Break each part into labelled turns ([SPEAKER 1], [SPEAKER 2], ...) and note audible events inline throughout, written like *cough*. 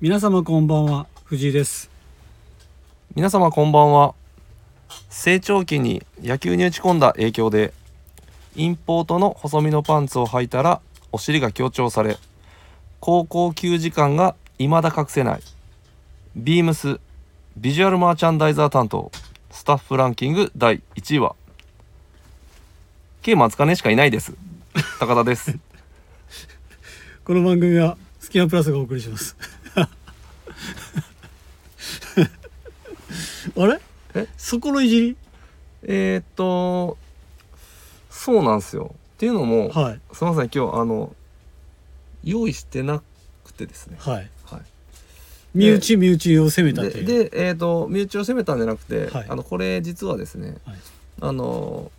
[SPEAKER 1] 皆様こんばんは藤井です
[SPEAKER 2] 皆様こんばんは成長期に野球に打ち込んだ影響でインポートの細身のパンツを履いたらお尻が強調され高校球時間が未だ隠せないビームスビジュアルマーチャンダイザー担当スタッフランキング第1位は K 松金しかいないです高田です
[SPEAKER 1] この番組はスキマプラスがお送りします *laughs* あれ
[SPEAKER 2] え
[SPEAKER 1] そこのいじり
[SPEAKER 2] *laughs* えーっとそうなんですよっていうのも、
[SPEAKER 1] はい
[SPEAKER 2] すみません今日あの用意してなくてですね
[SPEAKER 1] はい
[SPEAKER 2] はい
[SPEAKER 1] 身内身内を攻めたって
[SPEAKER 2] で
[SPEAKER 1] いう
[SPEAKER 2] で、えー、と身内を攻めたんじゃなくて、
[SPEAKER 1] はい
[SPEAKER 2] あのこれ実はですね、
[SPEAKER 1] はい
[SPEAKER 2] あの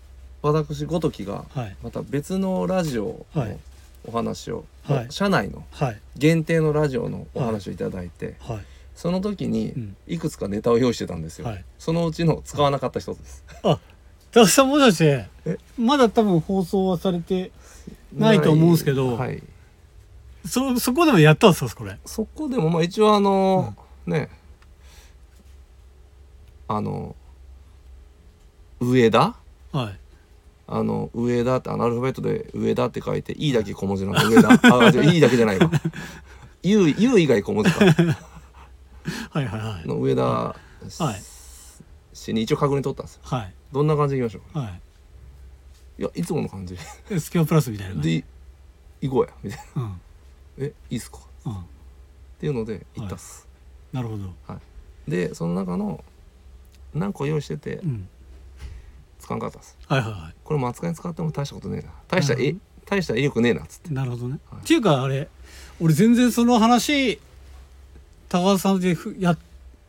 [SPEAKER 2] 私ごときが
[SPEAKER 1] はい
[SPEAKER 2] また別のラジオ
[SPEAKER 1] はい
[SPEAKER 2] のお話を、
[SPEAKER 1] はい
[SPEAKER 2] 社内の
[SPEAKER 1] はい
[SPEAKER 2] 限定のラジオのお話をいただいて、
[SPEAKER 1] はい
[SPEAKER 2] その時
[SPEAKER 1] う
[SPEAKER 2] に
[SPEAKER 1] ん
[SPEAKER 2] いくつかネタを用意してたんですよ、
[SPEAKER 1] はい
[SPEAKER 2] そのうちの使わなかった一つです、
[SPEAKER 1] あ高田さんもしかして
[SPEAKER 2] え
[SPEAKER 1] まだ多分放送はされてないと思うんですけど
[SPEAKER 2] はい、
[SPEAKER 1] そそこでもやったんですかこれ
[SPEAKER 2] そこでもまあ一応あの、ねあの上田
[SPEAKER 1] はい
[SPEAKER 2] あの上田ってあのアルファベットで上田って書いて E だけ小文字の上田ああじゃあ E だけじゃないわ U, U 以外小文字か
[SPEAKER 1] はいはいはい
[SPEAKER 2] の上田
[SPEAKER 1] はい
[SPEAKER 2] 氏に一応確認取ったんですよ
[SPEAKER 1] はい
[SPEAKER 2] どんな感じでいきましょ
[SPEAKER 1] は
[SPEAKER 2] ういやいつもの感じ
[SPEAKER 1] いスキマプラスみたいな感じ
[SPEAKER 2] で行こうやみたいな
[SPEAKER 1] うん
[SPEAKER 2] えいいっすかっ
[SPEAKER 1] うん
[SPEAKER 2] ていうので行ったっす、
[SPEAKER 1] なるほど
[SPEAKER 2] でその中の何個用意してて
[SPEAKER 1] うん
[SPEAKER 2] 使わんかったんです
[SPEAKER 1] はいはいはい
[SPEAKER 2] これも扱いに使っても大したことねえな大した
[SPEAKER 1] う
[SPEAKER 2] え
[SPEAKER 1] ん
[SPEAKER 2] 大した威力ねえなっつって
[SPEAKER 1] なるほどね、
[SPEAKER 2] はい
[SPEAKER 1] っていうかあれ俺全然その話高田さんでふや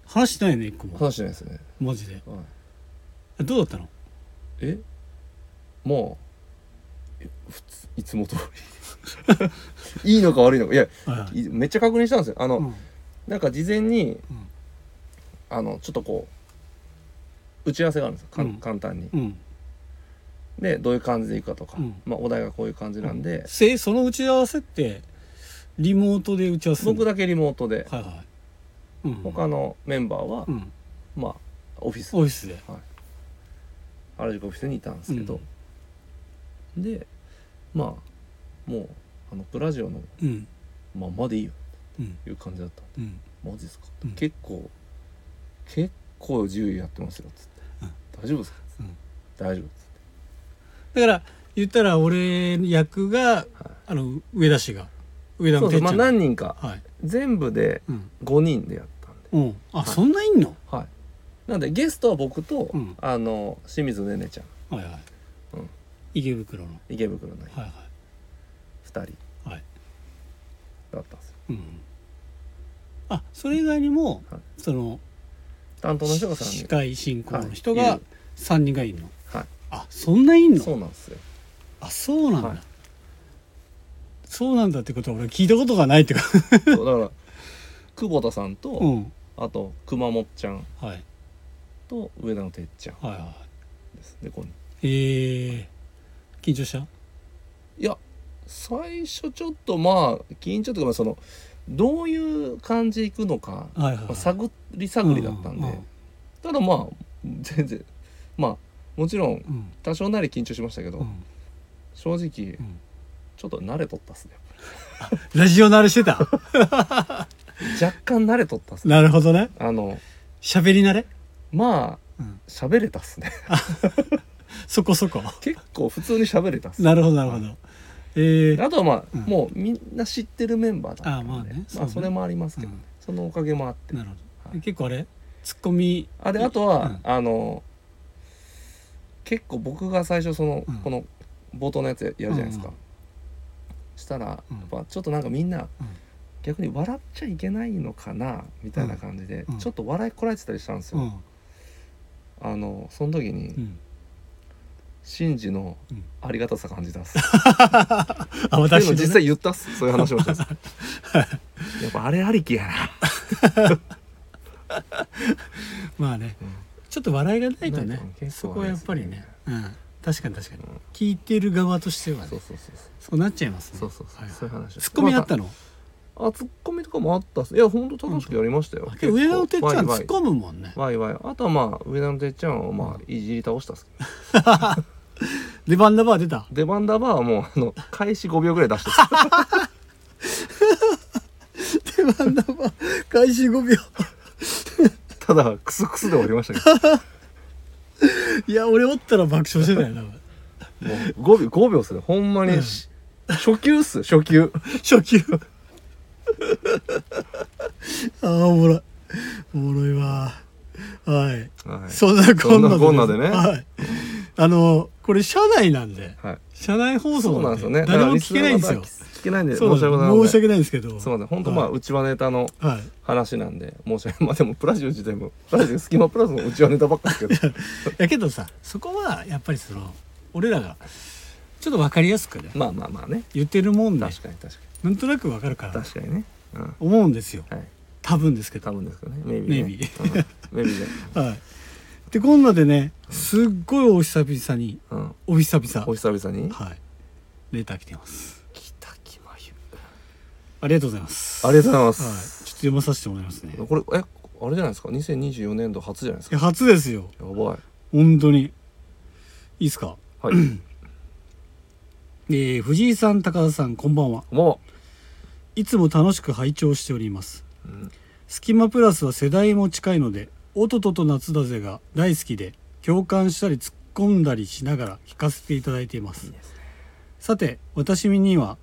[SPEAKER 1] 話してないよね一個も
[SPEAKER 2] 話してないですね、
[SPEAKER 1] マジで
[SPEAKER 2] はい、
[SPEAKER 1] どうだったの
[SPEAKER 2] えもうえ普通いつも通り *laughs* いいのか悪いのかいや
[SPEAKER 1] はいはい
[SPEAKER 2] いめっちゃ確認したんですよあの、
[SPEAKER 1] うん
[SPEAKER 2] なんか事前にあのちょっとこう打ち合わせがあるんですよかん
[SPEAKER 1] うん
[SPEAKER 2] 簡単に
[SPEAKER 1] う。ん
[SPEAKER 2] でどういう感じでいくかとか、
[SPEAKER 1] うん
[SPEAKER 2] まあ、お題がこういう感じなんで、
[SPEAKER 1] せその打ち合わせってリモートで打ち合わせするの
[SPEAKER 2] 僕だけリモートで、
[SPEAKER 1] はいはい、うん、
[SPEAKER 2] 他のメンバーは、
[SPEAKER 1] うん
[SPEAKER 2] まあオフィス
[SPEAKER 1] オフィスで
[SPEAKER 2] 原宿オフィスにいたんですけど、でまあもうあのプラジオの
[SPEAKER 1] うん
[SPEAKER 2] まあまでいいよ
[SPEAKER 1] うん
[SPEAKER 2] いう感じだった
[SPEAKER 1] うん
[SPEAKER 2] マジですか、
[SPEAKER 1] うん
[SPEAKER 2] 結構結構自由やってますよつって、大丈夫ですかつって、
[SPEAKER 1] うん
[SPEAKER 2] 大丈夫っ
[SPEAKER 1] だから言ったら俺役が
[SPEAKER 2] つって、はい
[SPEAKER 1] あの上田氏が上田
[SPEAKER 2] そ
[SPEAKER 1] の
[SPEAKER 2] うそ
[SPEAKER 1] てっ
[SPEAKER 2] う
[SPEAKER 1] ち
[SPEAKER 2] ま
[SPEAKER 1] ゃ
[SPEAKER 2] あ
[SPEAKER 1] ん
[SPEAKER 2] 何人か
[SPEAKER 1] はい
[SPEAKER 2] 全部で
[SPEAKER 1] うん、
[SPEAKER 2] 5人でやったんで
[SPEAKER 1] うん、あ、
[SPEAKER 2] い
[SPEAKER 1] そんないんの
[SPEAKER 2] はいなんでゲストは僕と、
[SPEAKER 1] うん
[SPEAKER 2] あの清水ねねちゃん
[SPEAKER 1] はいはい、
[SPEAKER 2] うん
[SPEAKER 1] 池袋の
[SPEAKER 2] 池袋の
[SPEAKER 1] はいは
[SPEAKER 2] 2人
[SPEAKER 1] いはい
[SPEAKER 2] だったんですよ
[SPEAKER 1] うんあそれ以外にも、
[SPEAKER 2] はい
[SPEAKER 1] その
[SPEAKER 2] 担当の人が3
[SPEAKER 1] 司
[SPEAKER 2] 人
[SPEAKER 1] 会進行の人
[SPEAKER 2] はいい
[SPEAKER 1] が
[SPEAKER 2] る
[SPEAKER 1] 3人がいるの、
[SPEAKER 2] はい
[SPEAKER 1] あそんないん
[SPEAKER 2] そう
[SPEAKER 1] の
[SPEAKER 2] なんですよ
[SPEAKER 1] あそうなんだ、
[SPEAKER 2] はい
[SPEAKER 1] そうなんだってことは俺聞いたことがないってか
[SPEAKER 2] そうだから久保田さんと、
[SPEAKER 1] うん
[SPEAKER 2] あとくまもっちゃん
[SPEAKER 1] はい
[SPEAKER 2] と上田のてっちゃん
[SPEAKER 1] はいは
[SPEAKER 2] ですでこう
[SPEAKER 1] いえー、緊張した
[SPEAKER 2] いや最初ちょっとまあ緊張というかまあそのどういう感じいくのか、
[SPEAKER 1] はいはい
[SPEAKER 2] ま
[SPEAKER 1] は
[SPEAKER 2] あ、
[SPEAKER 1] い
[SPEAKER 2] 探り探りだったん
[SPEAKER 1] う
[SPEAKER 2] で、
[SPEAKER 1] うん
[SPEAKER 2] ただまあ全然まあもちろん
[SPEAKER 1] うん
[SPEAKER 2] 多少なり緊張しましたけど、
[SPEAKER 1] うん
[SPEAKER 2] 正直
[SPEAKER 1] うん
[SPEAKER 2] ちょっと慣れとったっすね
[SPEAKER 1] ラジオ慣れして
[SPEAKER 2] *laughs*
[SPEAKER 1] た
[SPEAKER 2] 若干慣れとったっすね
[SPEAKER 1] なるほどね
[SPEAKER 2] あの
[SPEAKER 1] 喋り慣れ、
[SPEAKER 2] ま
[SPEAKER 1] う
[SPEAKER 2] あ
[SPEAKER 1] ん、
[SPEAKER 2] 喋れたっすね *laughs*
[SPEAKER 1] そこそこ
[SPEAKER 2] 結構普通に喋れたっすね
[SPEAKER 1] なるほどなるほどえー、
[SPEAKER 2] あとはまあ、
[SPEAKER 1] うん
[SPEAKER 2] もうみんな知ってるメンバーだったんで
[SPEAKER 1] あまあねそう
[SPEAKER 2] まあ、
[SPEAKER 1] ね
[SPEAKER 2] それもありますけど、
[SPEAKER 1] うん
[SPEAKER 2] そのおかげもあって
[SPEAKER 1] なるほど、
[SPEAKER 2] はい
[SPEAKER 1] 結構あれツッコミ
[SPEAKER 2] あであと
[SPEAKER 1] う
[SPEAKER 2] は、
[SPEAKER 1] ん
[SPEAKER 2] あの結構僕が最初その、
[SPEAKER 1] うん
[SPEAKER 2] この冒頭のやつやるじゃないですか、
[SPEAKER 1] うん
[SPEAKER 2] したらやっ
[SPEAKER 1] うん
[SPEAKER 2] ぱちょっとなんかみんな、逆に笑っちゃいけないのかなみたいな感じで、
[SPEAKER 1] うん
[SPEAKER 2] ちょっと笑いこらえてたりしたんです
[SPEAKER 1] う
[SPEAKER 2] よ、
[SPEAKER 1] ん
[SPEAKER 2] あのその時に、
[SPEAKER 1] うん
[SPEAKER 2] シンジの
[SPEAKER 1] うん
[SPEAKER 2] ありがたさ感じたっす、
[SPEAKER 1] あ
[SPEAKER 2] っていう
[SPEAKER 1] *laughs* 私
[SPEAKER 2] の
[SPEAKER 1] のね
[SPEAKER 2] 実際言ったっすそういう
[SPEAKER 1] *laughs*
[SPEAKER 2] 話もしたっすやっぱあれありきやな
[SPEAKER 1] まあね、
[SPEAKER 2] うん
[SPEAKER 1] ちょっと笑いがないと
[SPEAKER 2] な
[SPEAKER 1] ね
[SPEAKER 2] いと結構
[SPEAKER 1] そこはやっぱりね
[SPEAKER 2] あれです
[SPEAKER 1] うん、確かに確かに、
[SPEAKER 2] うん
[SPEAKER 1] 聞いてる側としてはね
[SPEAKER 2] そ
[SPEAKER 1] そうう
[SPEAKER 2] そうそうそう
[SPEAKER 1] なっちゃいますね
[SPEAKER 2] そうそうそう
[SPEAKER 1] はい
[SPEAKER 2] そういう話
[SPEAKER 1] ツッコミあった
[SPEAKER 2] の
[SPEAKER 1] の、
[SPEAKER 2] あツッコミとかもあったっすいやほんと正しくやりましたよ
[SPEAKER 1] あけど上田のてっちゃん突っ
[SPEAKER 2] わいわい
[SPEAKER 1] 込むもんね
[SPEAKER 2] わいわいあとはまあ上田のてっちゃんをまあいじり倒したっすけど
[SPEAKER 1] レバンダバー出
[SPEAKER 2] *laughs*
[SPEAKER 1] た
[SPEAKER 2] 出番ダバーはもうあの開始5秒ぐらい出してた
[SPEAKER 1] レバンダバー開始5秒
[SPEAKER 2] ただクスクスで終わりましたけ
[SPEAKER 1] *laughs* いや俺おったら爆笑してたよ多分
[SPEAKER 2] どもう5秒5秒っすねほんまにし、初級っす初級
[SPEAKER 1] 初級 *laughs* ああおもろいおもろいわはい
[SPEAKER 2] はい
[SPEAKER 1] そんなこんな
[SPEAKER 2] そんなこんなでね
[SPEAKER 1] はい、あのこれ社内なんで
[SPEAKER 2] はい
[SPEAKER 1] 社内放
[SPEAKER 2] そ
[SPEAKER 1] 送
[SPEAKER 2] うなん
[SPEAKER 1] なん
[SPEAKER 2] です
[SPEAKER 1] で
[SPEAKER 2] よね
[SPEAKER 1] 誰も聞けないんです
[SPEAKER 2] だ
[SPEAKER 1] よ
[SPEAKER 2] からリスナーの方は聞けないんで申し
[SPEAKER 1] そう
[SPEAKER 2] 訳
[SPEAKER 1] な
[SPEAKER 2] ござ
[SPEAKER 1] ん
[SPEAKER 2] いま
[SPEAKER 1] で
[SPEAKER 2] せ
[SPEAKER 1] 申し
[SPEAKER 2] ん
[SPEAKER 1] 訳ないんですけど
[SPEAKER 2] すいません本当まあ
[SPEAKER 1] は
[SPEAKER 2] 内輪ネタの
[SPEAKER 1] い、はい
[SPEAKER 2] 話なんで申し訳まあでもプラジオ自体もプラジオ隙間プラスの内輪ネタばっかですけど
[SPEAKER 1] やけどさそこはやっぱりその俺らがちょっと分かりやすくね
[SPEAKER 2] まあまあまあね
[SPEAKER 1] 言ってるもんで
[SPEAKER 2] 確かに確か
[SPEAKER 1] なんとなく分かるか
[SPEAKER 2] に
[SPEAKER 1] ら
[SPEAKER 2] 確かにねうんは
[SPEAKER 1] 思うんですよ
[SPEAKER 2] い
[SPEAKER 1] 多分ですけど
[SPEAKER 2] 多分ですけどねメイビー
[SPEAKER 1] Maybe
[SPEAKER 2] ねうんメイビーで
[SPEAKER 1] はいでこんなでねすっごいお久々に
[SPEAKER 2] うん
[SPEAKER 1] お久々
[SPEAKER 2] お久々に
[SPEAKER 1] はいレター来てます
[SPEAKER 2] 北木真由
[SPEAKER 1] ありがとうございます
[SPEAKER 2] ありがとうございま
[SPEAKER 1] はい、ちょっ
[SPEAKER 2] す
[SPEAKER 1] と読まさせてもらいますね
[SPEAKER 2] これえあれじゃないですか2024年度初じゃないです
[SPEAKER 1] い
[SPEAKER 2] か
[SPEAKER 1] や初ですよ
[SPEAKER 2] やばい
[SPEAKER 1] 本当にいいですか
[SPEAKER 2] はい
[SPEAKER 1] *clears throat* えー藤井さん高田さんこんばんは
[SPEAKER 2] も
[SPEAKER 1] いつも楽しく拝聴しております
[SPEAKER 2] ううん
[SPEAKER 1] スキマプラスは世代も近いので「おととと夏だぜ」が大好きで共感したり突っ込んだりしながら聞かせていただいていま
[SPEAKER 2] いい
[SPEAKER 1] す
[SPEAKER 2] ですね
[SPEAKER 1] さて私には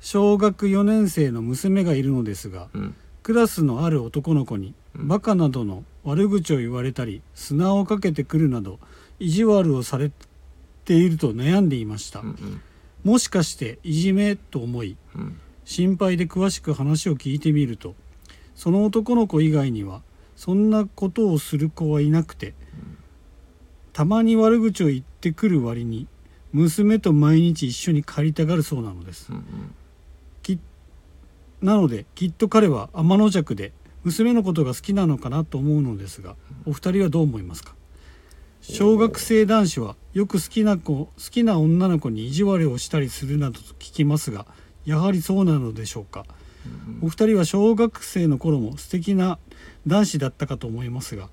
[SPEAKER 1] 小学4年生の娘がいるのですが
[SPEAKER 2] うん
[SPEAKER 1] クラスのある男の子に
[SPEAKER 2] うん
[SPEAKER 1] バカなどの悪口を言われたり砂をかけてくるなど意地悪をされていると悩んでいました
[SPEAKER 2] うんうん
[SPEAKER 1] もしかしていじめと思い
[SPEAKER 2] うん
[SPEAKER 1] 心配で詳しく話を聞いてみるとその男の子以外にはそんなことをする子はいなくてたまに悪口を言ってくる割に娘と毎日一緒に借りたがるそうなのです
[SPEAKER 2] うんうん
[SPEAKER 1] きなのできっと彼は天の弱で娘のことが好きなのかなと思うのですがお二人はどう思いますか小学生男子はよく好きな子好きな女の子に意地悪をしたりするなどと聞きますがやはりそうなのでしょうか
[SPEAKER 2] うん
[SPEAKER 1] お二人は小学生の頃も素敵な男子だったかと思いますが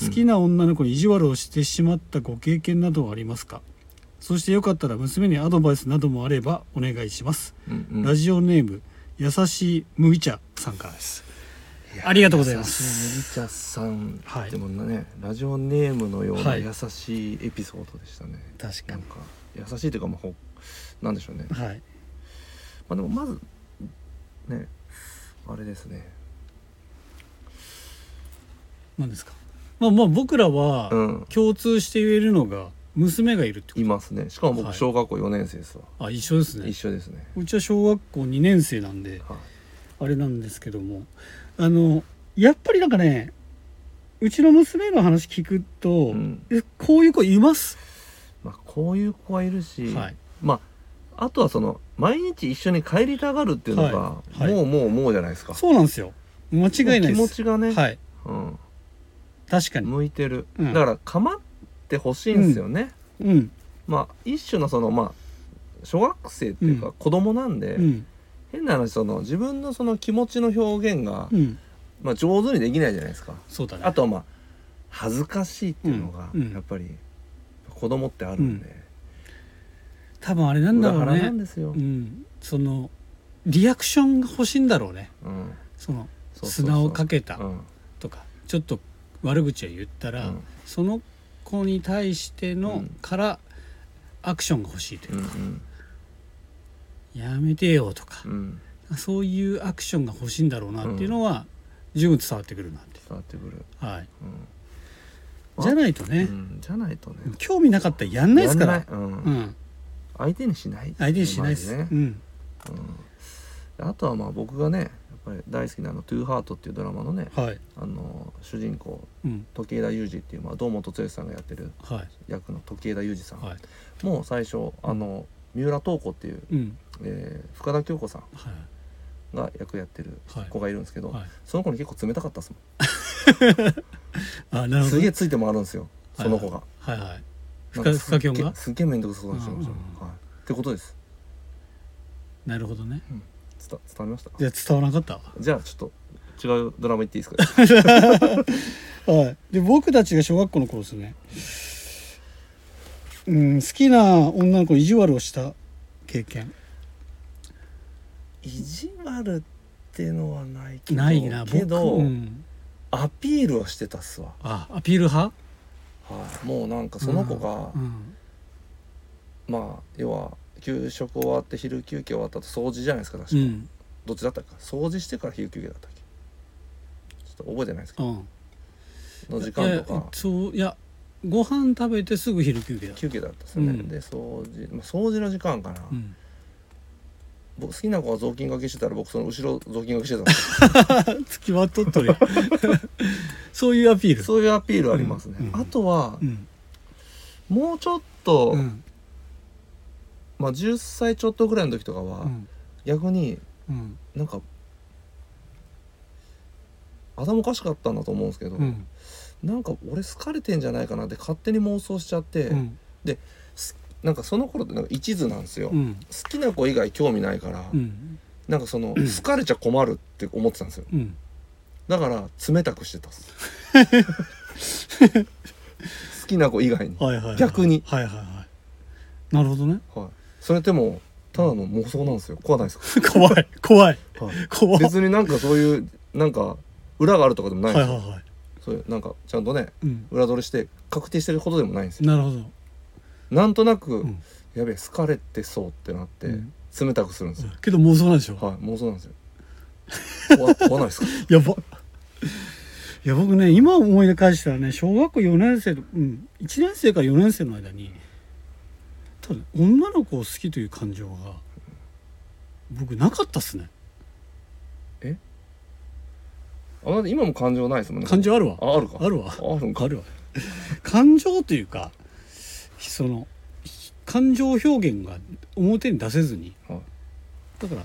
[SPEAKER 1] 好きな女の子に意地悪をしてしまったご経験などはありますかそしてよかったら娘にアドバイスなどもあればお願いします、
[SPEAKER 2] うんうん
[SPEAKER 1] ラジオネーム優しい麦茶さんからですありがとうございます
[SPEAKER 2] 優しい麦茶さん、
[SPEAKER 1] はい
[SPEAKER 2] でもねラジオネームのような
[SPEAKER 1] はい
[SPEAKER 2] 優しいエピソードでしたね、
[SPEAKER 1] 確
[SPEAKER 2] なんか優しいというかまあほなんでしょうね、ま
[SPEAKER 1] はい
[SPEAKER 2] あ、でもまずねあれですね
[SPEAKER 1] 何ですかまあまあ僕らは
[SPEAKER 2] うん
[SPEAKER 1] 共通して言えるのが娘がいるってこ
[SPEAKER 2] いますねしかも
[SPEAKER 1] は
[SPEAKER 2] 僕
[SPEAKER 1] い
[SPEAKER 2] 小学校4年生ですわ、
[SPEAKER 1] とあ一緒ですね
[SPEAKER 2] 一緒ですね、
[SPEAKER 1] うちは小学校2年生なんで
[SPEAKER 2] はい、
[SPEAKER 1] あれなんですけどもあのやっぱりなんかねうちの娘の話聞くと、
[SPEAKER 2] うん
[SPEAKER 1] えこういう子います、
[SPEAKER 2] まあこういう子はいるし、
[SPEAKER 1] はい
[SPEAKER 2] まああとはその毎日一緒に帰りたがるっていうのが、
[SPEAKER 1] はいはい
[SPEAKER 2] もうもうもうじゃないですか
[SPEAKER 1] そうなんですよ間違いないです
[SPEAKER 2] もう気持ちがね、
[SPEAKER 1] はい
[SPEAKER 2] うん、
[SPEAKER 1] 確かに
[SPEAKER 2] 向いてる、
[SPEAKER 1] うん
[SPEAKER 2] だから構ってほしいんですよね、
[SPEAKER 1] うん
[SPEAKER 2] まあ一種のそのまあ小学生っていう
[SPEAKER 1] う
[SPEAKER 2] か子供なんで、
[SPEAKER 1] うん
[SPEAKER 2] 変な話その自分のその気持ちの表現が、
[SPEAKER 1] うん
[SPEAKER 2] まあ、上手にできないじゃないですか
[SPEAKER 1] そうだね
[SPEAKER 2] あとはまあ恥ずかしいっていうのが
[SPEAKER 1] うんうん
[SPEAKER 2] やっぱり子供ってあるんで、
[SPEAKER 1] 多分あれなんだ
[SPEAKER 2] 裏
[SPEAKER 1] ろう
[SPEAKER 2] 腹な
[SPEAKER 1] ね
[SPEAKER 2] んですよ、
[SPEAKER 1] うんそのリアクションが欲しいんだろうね
[SPEAKER 2] うん
[SPEAKER 1] その
[SPEAKER 2] そうそうそう
[SPEAKER 1] 砂をかけた
[SPEAKER 2] うん
[SPEAKER 1] とかちょっと悪口を言ったら、
[SPEAKER 2] うん
[SPEAKER 1] その子に対しての
[SPEAKER 2] うん
[SPEAKER 1] からアクションが欲しいといううか、
[SPEAKER 2] ん
[SPEAKER 1] やめてよとか
[SPEAKER 2] う、ん
[SPEAKER 1] そういうアクションが欲しいんだろうなっていうのは、十分伝わってくるなって、
[SPEAKER 2] 伝わってくる、
[SPEAKER 1] はい、
[SPEAKER 2] うんあ
[SPEAKER 1] じゃないと
[SPEAKER 2] う
[SPEAKER 1] ね、
[SPEAKER 2] ん、じゃないとね
[SPEAKER 1] 興味なかったらやんないですから
[SPEAKER 2] やんないうん
[SPEAKER 1] うん、
[SPEAKER 2] 相手にしない
[SPEAKER 1] 相手にしないです、
[SPEAKER 2] まずね
[SPEAKER 1] うん、
[SPEAKER 2] うん、あとはまあ僕がねやっぱり大好きなあの「トゥーハート」っていうドラマのね
[SPEAKER 1] はい、
[SPEAKER 2] あの主人公
[SPEAKER 1] うん、
[SPEAKER 2] 時枝裕二っていう、まあ、堂本剛さんがやってる
[SPEAKER 1] はい、
[SPEAKER 2] 役の時枝裕二さん、
[SPEAKER 1] はい、
[SPEAKER 2] もう最初あの三浦透子っていう、
[SPEAKER 1] うん、
[SPEAKER 2] えー深田恭子さ
[SPEAKER 1] はい、
[SPEAKER 2] んが役やってる
[SPEAKER 1] はい
[SPEAKER 2] 子がいるんですけど、
[SPEAKER 1] はい、
[SPEAKER 2] その子に結構冷たかったですも
[SPEAKER 1] あ、なる
[SPEAKER 2] ん
[SPEAKER 1] ほど
[SPEAKER 2] す、げえついて回るんですよその子が。
[SPEAKER 1] はい、はい、
[SPEAKER 2] な
[SPEAKER 1] 深
[SPEAKER 2] んか
[SPEAKER 1] 深き音が
[SPEAKER 2] すっげえすっげえ面倒くさそうにしてましたね
[SPEAKER 1] うんうん
[SPEAKER 2] はい、ってことです。
[SPEAKER 1] なるほどね、
[SPEAKER 2] うん伝伝わりました
[SPEAKER 1] いや伝わらなかった
[SPEAKER 2] じゃあちょっと違うドラマ行っていいですか
[SPEAKER 1] はい、で僕たちが小学校の頃ですね、うん、好きな女の子に意地悪をした経験
[SPEAKER 2] *laughs* 意地悪ってのはないけど
[SPEAKER 1] ないな僕
[SPEAKER 2] けど、
[SPEAKER 1] うん、
[SPEAKER 2] アピールはしてたっすわ、
[SPEAKER 1] あアピール派
[SPEAKER 2] はい、もうなんかその子が、
[SPEAKER 1] うん
[SPEAKER 2] まあ要は給食終わって昼休憩終わった後掃除じゃないですか確
[SPEAKER 1] う
[SPEAKER 2] か、
[SPEAKER 1] ん
[SPEAKER 2] どっちだったか掃除してから昼休憩だったっけちょっと覚えてないですけ
[SPEAKER 1] うん
[SPEAKER 2] どの時
[SPEAKER 1] い
[SPEAKER 2] 間
[SPEAKER 1] や
[SPEAKER 2] とか
[SPEAKER 1] そういやご飯食べてすぐ昼休憩だ
[SPEAKER 2] 休憩だったっすよね、
[SPEAKER 1] うん
[SPEAKER 2] で掃除、まあ、掃除の時間かな、
[SPEAKER 1] うん、
[SPEAKER 2] 僕好きな子が雑巾掛けしてたら僕その後ろ雑巾掛けしてたんです
[SPEAKER 1] 付きまとっとるやん *laughs* そういうアピー
[SPEAKER 2] よ
[SPEAKER 1] ル
[SPEAKER 2] そういうアピールありますね、
[SPEAKER 1] うんうん
[SPEAKER 2] あとは
[SPEAKER 1] うん
[SPEAKER 2] もうちょっと、
[SPEAKER 1] うん
[SPEAKER 2] まあ、10歳ちょっとぐらいの時とか
[SPEAKER 1] う
[SPEAKER 2] は、
[SPEAKER 1] ん
[SPEAKER 2] 逆に
[SPEAKER 1] うん
[SPEAKER 2] なんか頭おかしかったんだと思うんですけど、
[SPEAKER 1] うん
[SPEAKER 2] なんか俺好かれてんじゃないかなって勝手に妄想しちゃって、
[SPEAKER 1] うん
[SPEAKER 2] なんかその頃ってなんか一途なんですよ、
[SPEAKER 1] う
[SPEAKER 2] 好
[SPEAKER 1] ん
[SPEAKER 2] きな子以外興味ないから、
[SPEAKER 1] うん
[SPEAKER 2] なんかその好かれちゃ困るって思ってたんですよ
[SPEAKER 1] うん
[SPEAKER 2] だから冷たくしてたっ
[SPEAKER 1] *laughs*
[SPEAKER 2] す好きな子以外に、
[SPEAKER 1] はいはいはい、
[SPEAKER 2] 逆に
[SPEAKER 1] はいはいはいなるほどね
[SPEAKER 2] はい、それってもうただの妄想なんですよ怖ないです
[SPEAKER 1] 怖い怖い
[SPEAKER 2] か、はい、
[SPEAKER 1] 怖い
[SPEAKER 2] 別になんかそういうなんか裏があるとかでもないん
[SPEAKER 1] は
[SPEAKER 2] で
[SPEAKER 1] い
[SPEAKER 2] す
[SPEAKER 1] はい
[SPEAKER 2] よ、
[SPEAKER 1] はい
[SPEAKER 2] そういうなんかちゃんとね
[SPEAKER 1] うん、
[SPEAKER 2] 裏取りして確定してることでもないんですよ
[SPEAKER 1] なるほど。
[SPEAKER 2] なんとなく、
[SPEAKER 1] うん
[SPEAKER 2] やべえ好かれてそうってなって、
[SPEAKER 1] うん
[SPEAKER 2] 冷たくするんですよ、
[SPEAKER 1] けど妄想なんでしょ、
[SPEAKER 2] はい妄想なんですよ怖怖ないですか *laughs*
[SPEAKER 1] やば。いや僕ね今思い返したらね小学校4年生と、うん、1年生から4年生の間に多分女の子を好きという感情が僕なかったっすね
[SPEAKER 2] あなた今も感情ないですもんね
[SPEAKER 1] 感情あるわ
[SPEAKER 2] ああるか
[SPEAKER 1] あるわ
[SPEAKER 2] あるんか
[SPEAKER 1] あるわ感情というかその感情表現が表に出せずに
[SPEAKER 2] はい
[SPEAKER 1] だから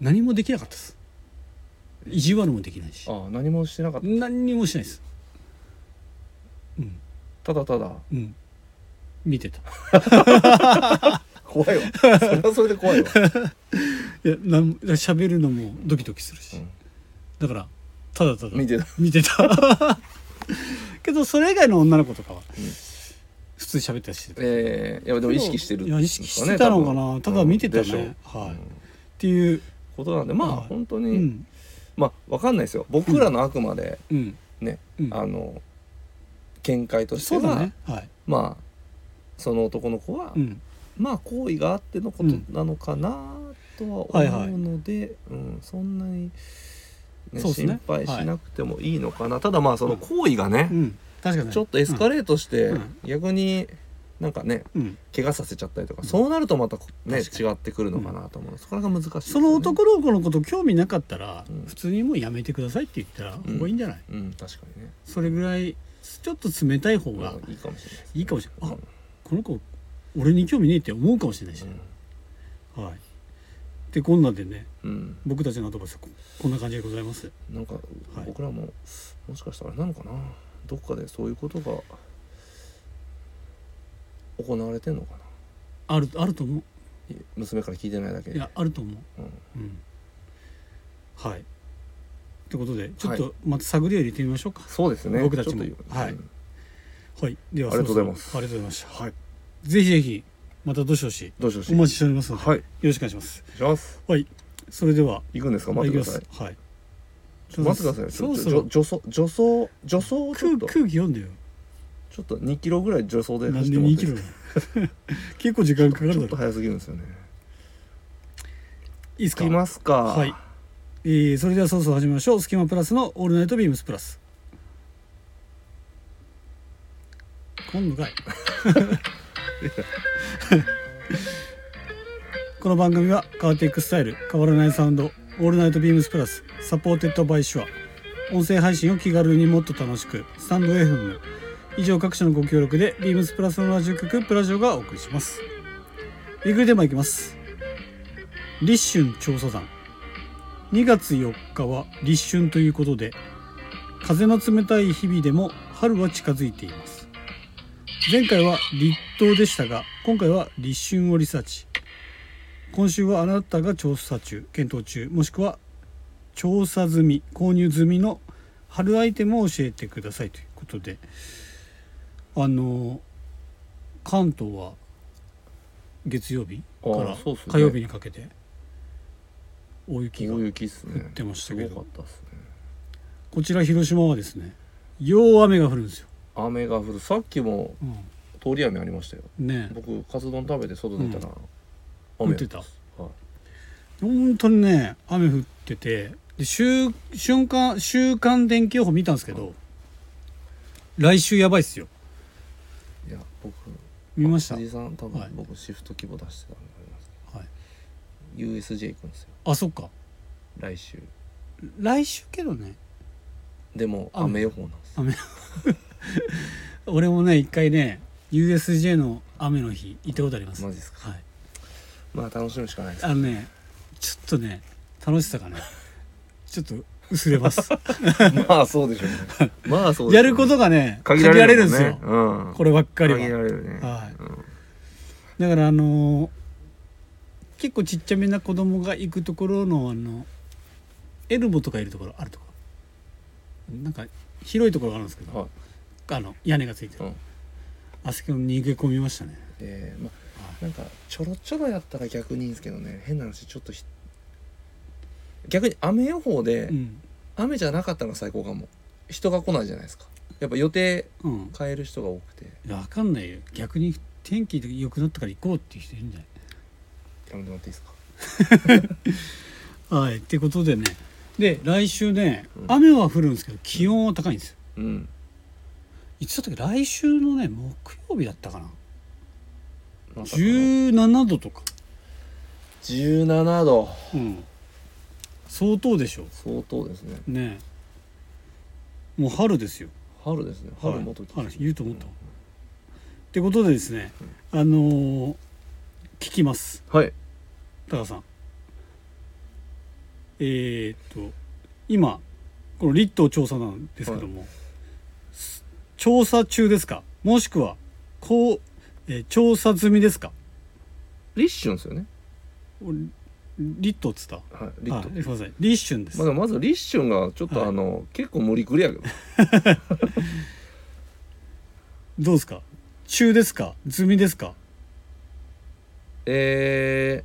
[SPEAKER 1] 何もできなかったっす意地悪もできないし
[SPEAKER 2] あ何もしてなかった
[SPEAKER 1] 何にもしないですうん
[SPEAKER 2] ただただ
[SPEAKER 1] うん見てた
[SPEAKER 2] 怖いわそれはそれで怖いわ、
[SPEAKER 1] いやなん喋るのもドキドキするし、
[SPEAKER 2] う
[SPEAKER 1] だからただただ
[SPEAKER 2] ん見てた
[SPEAKER 1] 見て
[SPEAKER 2] *laughs*
[SPEAKER 1] たけどそれ以外の女の子とかは、
[SPEAKER 2] うん
[SPEAKER 1] 普通に喋ったりしてた
[SPEAKER 2] えー、いやでも意識してるん
[SPEAKER 1] い
[SPEAKER 2] です
[SPEAKER 1] や
[SPEAKER 2] かね
[SPEAKER 1] 意識してたのか
[SPEAKER 2] 多
[SPEAKER 1] な
[SPEAKER 2] 分
[SPEAKER 1] ただ見てた
[SPEAKER 2] うんでしょ
[SPEAKER 1] ね、はい、
[SPEAKER 2] う
[SPEAKER 1] っ
[SPEAKER 2] ん
[SPEAKER 1] ていう
[SPEAKER 2] ことなんでまあ、
[SPEAKER 1] はい
[SPEAKER 2] 本当
[SPEAKER 1] う
[SPEAKER 2] に、
[SPEAKER 1] ん
[SPEAKER 2] まあわかんないですよ僕らのあくまで
[SPEAKER 1] うん
[SPEAKER 2] ね、
[SPEAKER 1] うん
[SPEAKER 2] あの見解として
[SPEAKER 1] そう
[SPEAKER 2] は、
[SPEAKER 1] だねはい
[SPEAKER 2] まあその男の子は、
[SPEAKER 1] うん
[SPEAKER 2] まあ好意があってのことなのかなとは
[SPEAKER 1] はいは
[SPEAKER 2] 思
[SPEAKER 1] いう
[SPEAKER 2] ので、うん、そんなに、ね
[SPEAKER 1] そうっすね
[SPEAKER 2] 心配しなくてもいいのかな、ただまあその行為が
[SPEAKER 1] う
[SPEAKER 2] ね、
[SPEAKER 1] ん確かに
[SPEAKER 2] ちょっとエスカレートして、
[SPEAKER 1] うん
[SPEAKER 2] 逆になんかね
[SPEAKER 1] うん、うん
[SPEAKER 2] 怪我させちゃったりとか、そうなるとまたね
[SPEAKER 1] 確か
[SPEAKER 2] 違ってくるのかなと思う、そこらが難しいです
[SPEAKER 1] そ
[SPEAKER 2] よね、
[SPEAKER 1] の男の子のこと興味なかったら、
[SPEAKER 2] うん
[SPEAKER 1] 普通にもうやめてくださいって言ったら、
[SPEAKER 2] ん
[SPEAKER 1] もういいんじゃない
[SPEAKER 2] うん確かにね
[SPEAKER 1] それぐらいちょっと冷たい方が、
[SPEAKER 2] うんいいかもしれないです
[SPEAKER 1] いいかもしれないあ
[SPEAKER 2] うん
[SPEAKER 1] この子俺に興味ねえって思うかもしれないし、はいでこんなんでね
[SPEAKER 2] うん、うん
[SPEAKER 1] 僕たちのアドバイスはここんな感じでございます
[SPEAKER 2] なんか
[SPEAKER 1] はい
[SPEAKER 2] 僕らも、もしかしたらあれなのかなどっかでそういうことが行われてんのかな
[SPEAKER 1] あるあると思
[SPEAKER 2] い娘から聞いてないだけ
[SPEAKER 1] う
[SPEAKER 2] で
[SPEAKER 1] いやあると思う
[SPEAKER 2] うん
[SPEAKER 1] うんはいってことでちょっ
[SPEAKER 2] は
[SPEAKER 1] とまた探りを入れてみましょうか
[SPEAKER 2] そうですね
[SPEAKER 1] 僕たちも
[SPEAKER 2] ょっと
[SPEAKER 1] はい
[SPEAKER 2] うん
[SPEAKER 1] はいでは
[SPEAKER 2] ありがとうございます
[SPEAKER 1] そろそろありがとうございましたはいぜひぜひまたどしどし
[SPEAKER 2] どうしようし
[SPEAKER 1] お待ちしておりますので、
[SPEAKER 2] はい
[SPEAKER 1] よろしくお願いします
[SPEAKER 2] します
[SPEAKER 1] はいそれでは
[SPEAKER 2] 行くんですか待ってください
[SPEAKER 1] いきますはい
[SPEAKER 2] ちょっと待ってください
[SPEAKER 1] そろそ
[SPEAKER 2] ちょ
[SPEAKER 1] ろ
[SPEAKER 2] ちょ助走助走助走をちょ
[SPEAKER 1] 空
[SPEAKER 2] っと
[SPEAKER 1] 空気読んでよ
[SPEAKER 2] ちょっと2キロぐらい助走で
[SPEAKER 1] なん
[SPEAKER 2] 走っ
[SPEAKER 1] で
[SPEAKER 2] てもらっ
[SPEAKER 1] 2
[SPEAKER 2] て
[SPEAKER 1] キ
[SPEAKER 2] いい
[SPEAKER 1] ロなの *laughs* 結構時
[SPEAKER 2] です
[SPEAKER 1] 間かか
[SPEAKER 2] かちょ
[SPEAKER 1] るだ
[SPEAKER 2] っと
[SPEAKER 1] ろ
[SPEAKER 2] 早すぎるんですよね
[SPEAKER 1] いいです
[SPEAKER 2] 行
[SPEAKER 1] か
[SPEAKER 2] きますか
[SPEAKER 1] はい、えー、それではそろそろ始めましょう「スキマプラス」の「オールナイトビームスプラス」今度かい *laughs* この番組は変わっていくスタイル変わらないサウンド「オールナイトビームスプラス」サポーテッドバイシュア音声配信を気軽にもっと楽しくスタンド FM 以上各社のご協力でビームスプラスのラジオ局プラジオがお送りしますウィークリーテーマいきます立春調査団2月4日は立春ということで風の冷たい日々でも春は近づいています前回は立冬でしたが今回は立春をリサーチ今週はあなたが調査中検討中もしくは調査済み購入済みの春アイテムを教えてくださいということであの関東は月曜日か
[SPEAKER 2] あ
[SPEAKER 1] ら
[SPEAKER 2] そうっすね
[SPEAKER 1] 火曜日にかけて大雪が
[SPEAKER 2] 大雪っすね
[SPEAKER 1] 降ってましたけど
[SPEAKER 2] すごかったっすね
[SPEAKER 1] こちら広島はですねよう雨が降るんですよ、
[SPEAKER 2] 雨が降るさっきも
[SPEAKER 1] う
[SPEAKER 2] 通り雨ありましたよ
[SPEAKER 1] ん、ねえ
[SPEAKER 2] 僕カツ丼食べて外出たら、
[SPEAKER 1] うん
[SPEAKER 2] 雨や
[SPEAKER 1] 降って
[SPEAKER 2] はい
[SPEAKER 1] 本当にね雨降っててで週瞬間週間天気予報見たんですけど来週やばいっすよ
[SPEAKER 2] いや僕
[SPEAKER 1] 見ました、はい
[SPEAKER 2] 辻、さん多分、
[SPEAKER 1] はい
[SPEAKER 2] 僕シフト規模出してたんであります USJ 行くんですよ
[SPEAKER 1] あそっか
[SPEAKER 2] 来週
[SPEAKER 1] 来週けどね
[SPEAKER 2] でも
[SPEAKER 1] 雨 *laughs*
[SPEAKER 2] 雨予報なんですよ
[SPEAKER 1] 俺もね一回ね USJ の雨の日行ったことあります
[SPEAKER 2] マジっすか
[SPEAKER 1] はい、
[SPEAKER 2] まあ楽しむしかないです
[SPEAKER 1] あのねちょっとね楽しさがねちょっと薄れます
[SPEAKER 2] *laughs* まあそうでし
[SPEAKER 1] *laughs*
[SPEAKER 2] ょうねまあそうでしょうね
[SPEAKER 1] やることがね限られるんですよ、
[SPEAKER 2] うん
[SPEAKER 1] こればっかりは
[SPEAKER 2] 限られるね
[SPEAKER 1] はい
[SPEAKER 2] うん
[SPEAKER 1] だからあのー結構ちっちゃめな子供が行くところのあのエルボとかいるところあるとこなんか広いところがあるんですけど、
[SPEAKER 2] はい
[SPEAKER 1] あの屋根がついてる、
[SPEAKER 2] うん
[SPEAKER 1] あそこに逃げ込みましたね
[SPEAKER 2] でまあなんかちょろちょろやったら逆にいいんですけどね変な話ちょっとひ逆に雨予報で、
[SPEAKER 1] うん
[SPEAKER 2] 雨じゃなかったのが最高かも人が来ないじゃないですかやっぱ予定
[SPEAKER 1] うん
[SPEAKER 2] 変える人が多くて
[SPEAKER 1] 分かんないよ逆に天気良くなったから行こうっていう人いるんじゃない
[SPEAKER 2] やめてもらっていいですか
[SPEAKER 1] はいってことでねで来週ね
[SPEAKER 2] うん
[SPEAKER 1] 雨は降るんですけど気温は高いんですよ
[SPEAKER 2] うん
[SPEAKER 1] いつだったっけ来週のね木曜日だったかな
[SPEAKER 2] まさかの
[SPEAKER 1] 17度とか
[SPEAKER 2] 17度
[SPEAKER 1] うん相当でしょ
[SPEAKER 2] 相当ですね
[SPEAKER 1] ねえもう春ですよ
[SPEAKER 2] 春ですね春もっと
[SPEAKER 1] はい、言うと思った、ってことでですね、あのー聞きます
[SPEAKER 2] はい
[SPEAKER 1] 高田さんえー、っと今このリット調査なんですけども、す調査中ですかもしくはこう、えー調査済みですか
[SPEAKER 2] 立春ですよね
[SPEAKER 1] おリットっつった
[SPEAKER 2] はい立
[SPEAKER 1] あ
[SPEAKER 2] 冬
[SPEAKER 1] ごめんなさい立春です、
[SPEAKER 2] まあ、でもまず立春がちょっとあの、結構無理くりや *laughs* けど
[SPEAKER 1] どうですか中ですか済みですか
[SPEAKER 2] え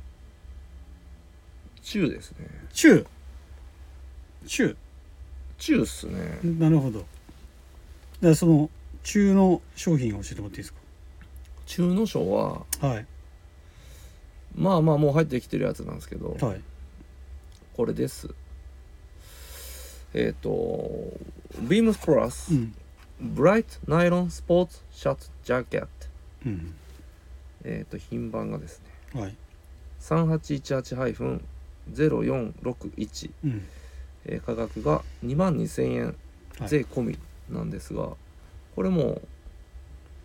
[SPEAKER 2] ー、中ですね
[SPEAKER 1] 中中
[SPEAKER 2] 中っすね
[SPEAKER 1] なるほどだからその中の商品を教えてもらっていいです
[SPEAKER 2] 中の章は
[SPEAKER 1] かはい
[SPEAKER 2] まあまあもう入ってきてるやつなんですけど、
[SPEAKER 1] はい
[SPEAKER 2] これですえっ、とビームスプラス、
[SPEAKER 1] うん
[SPEAKER 2] ブライトナイロンスポーツシャツジャケット
[SPEAKER 1] うん
[SPEAKER 2] えっ、と品番がですね
[SPEAKER 1] はい
[SPEAKER 2] 3818-0461、
[SPEAKER 1] うん
[SPEAKER 2] えー価格が2万2000円
[SPEAKER 1] はい
[SPEAKER 2] 税込みなんですが、これも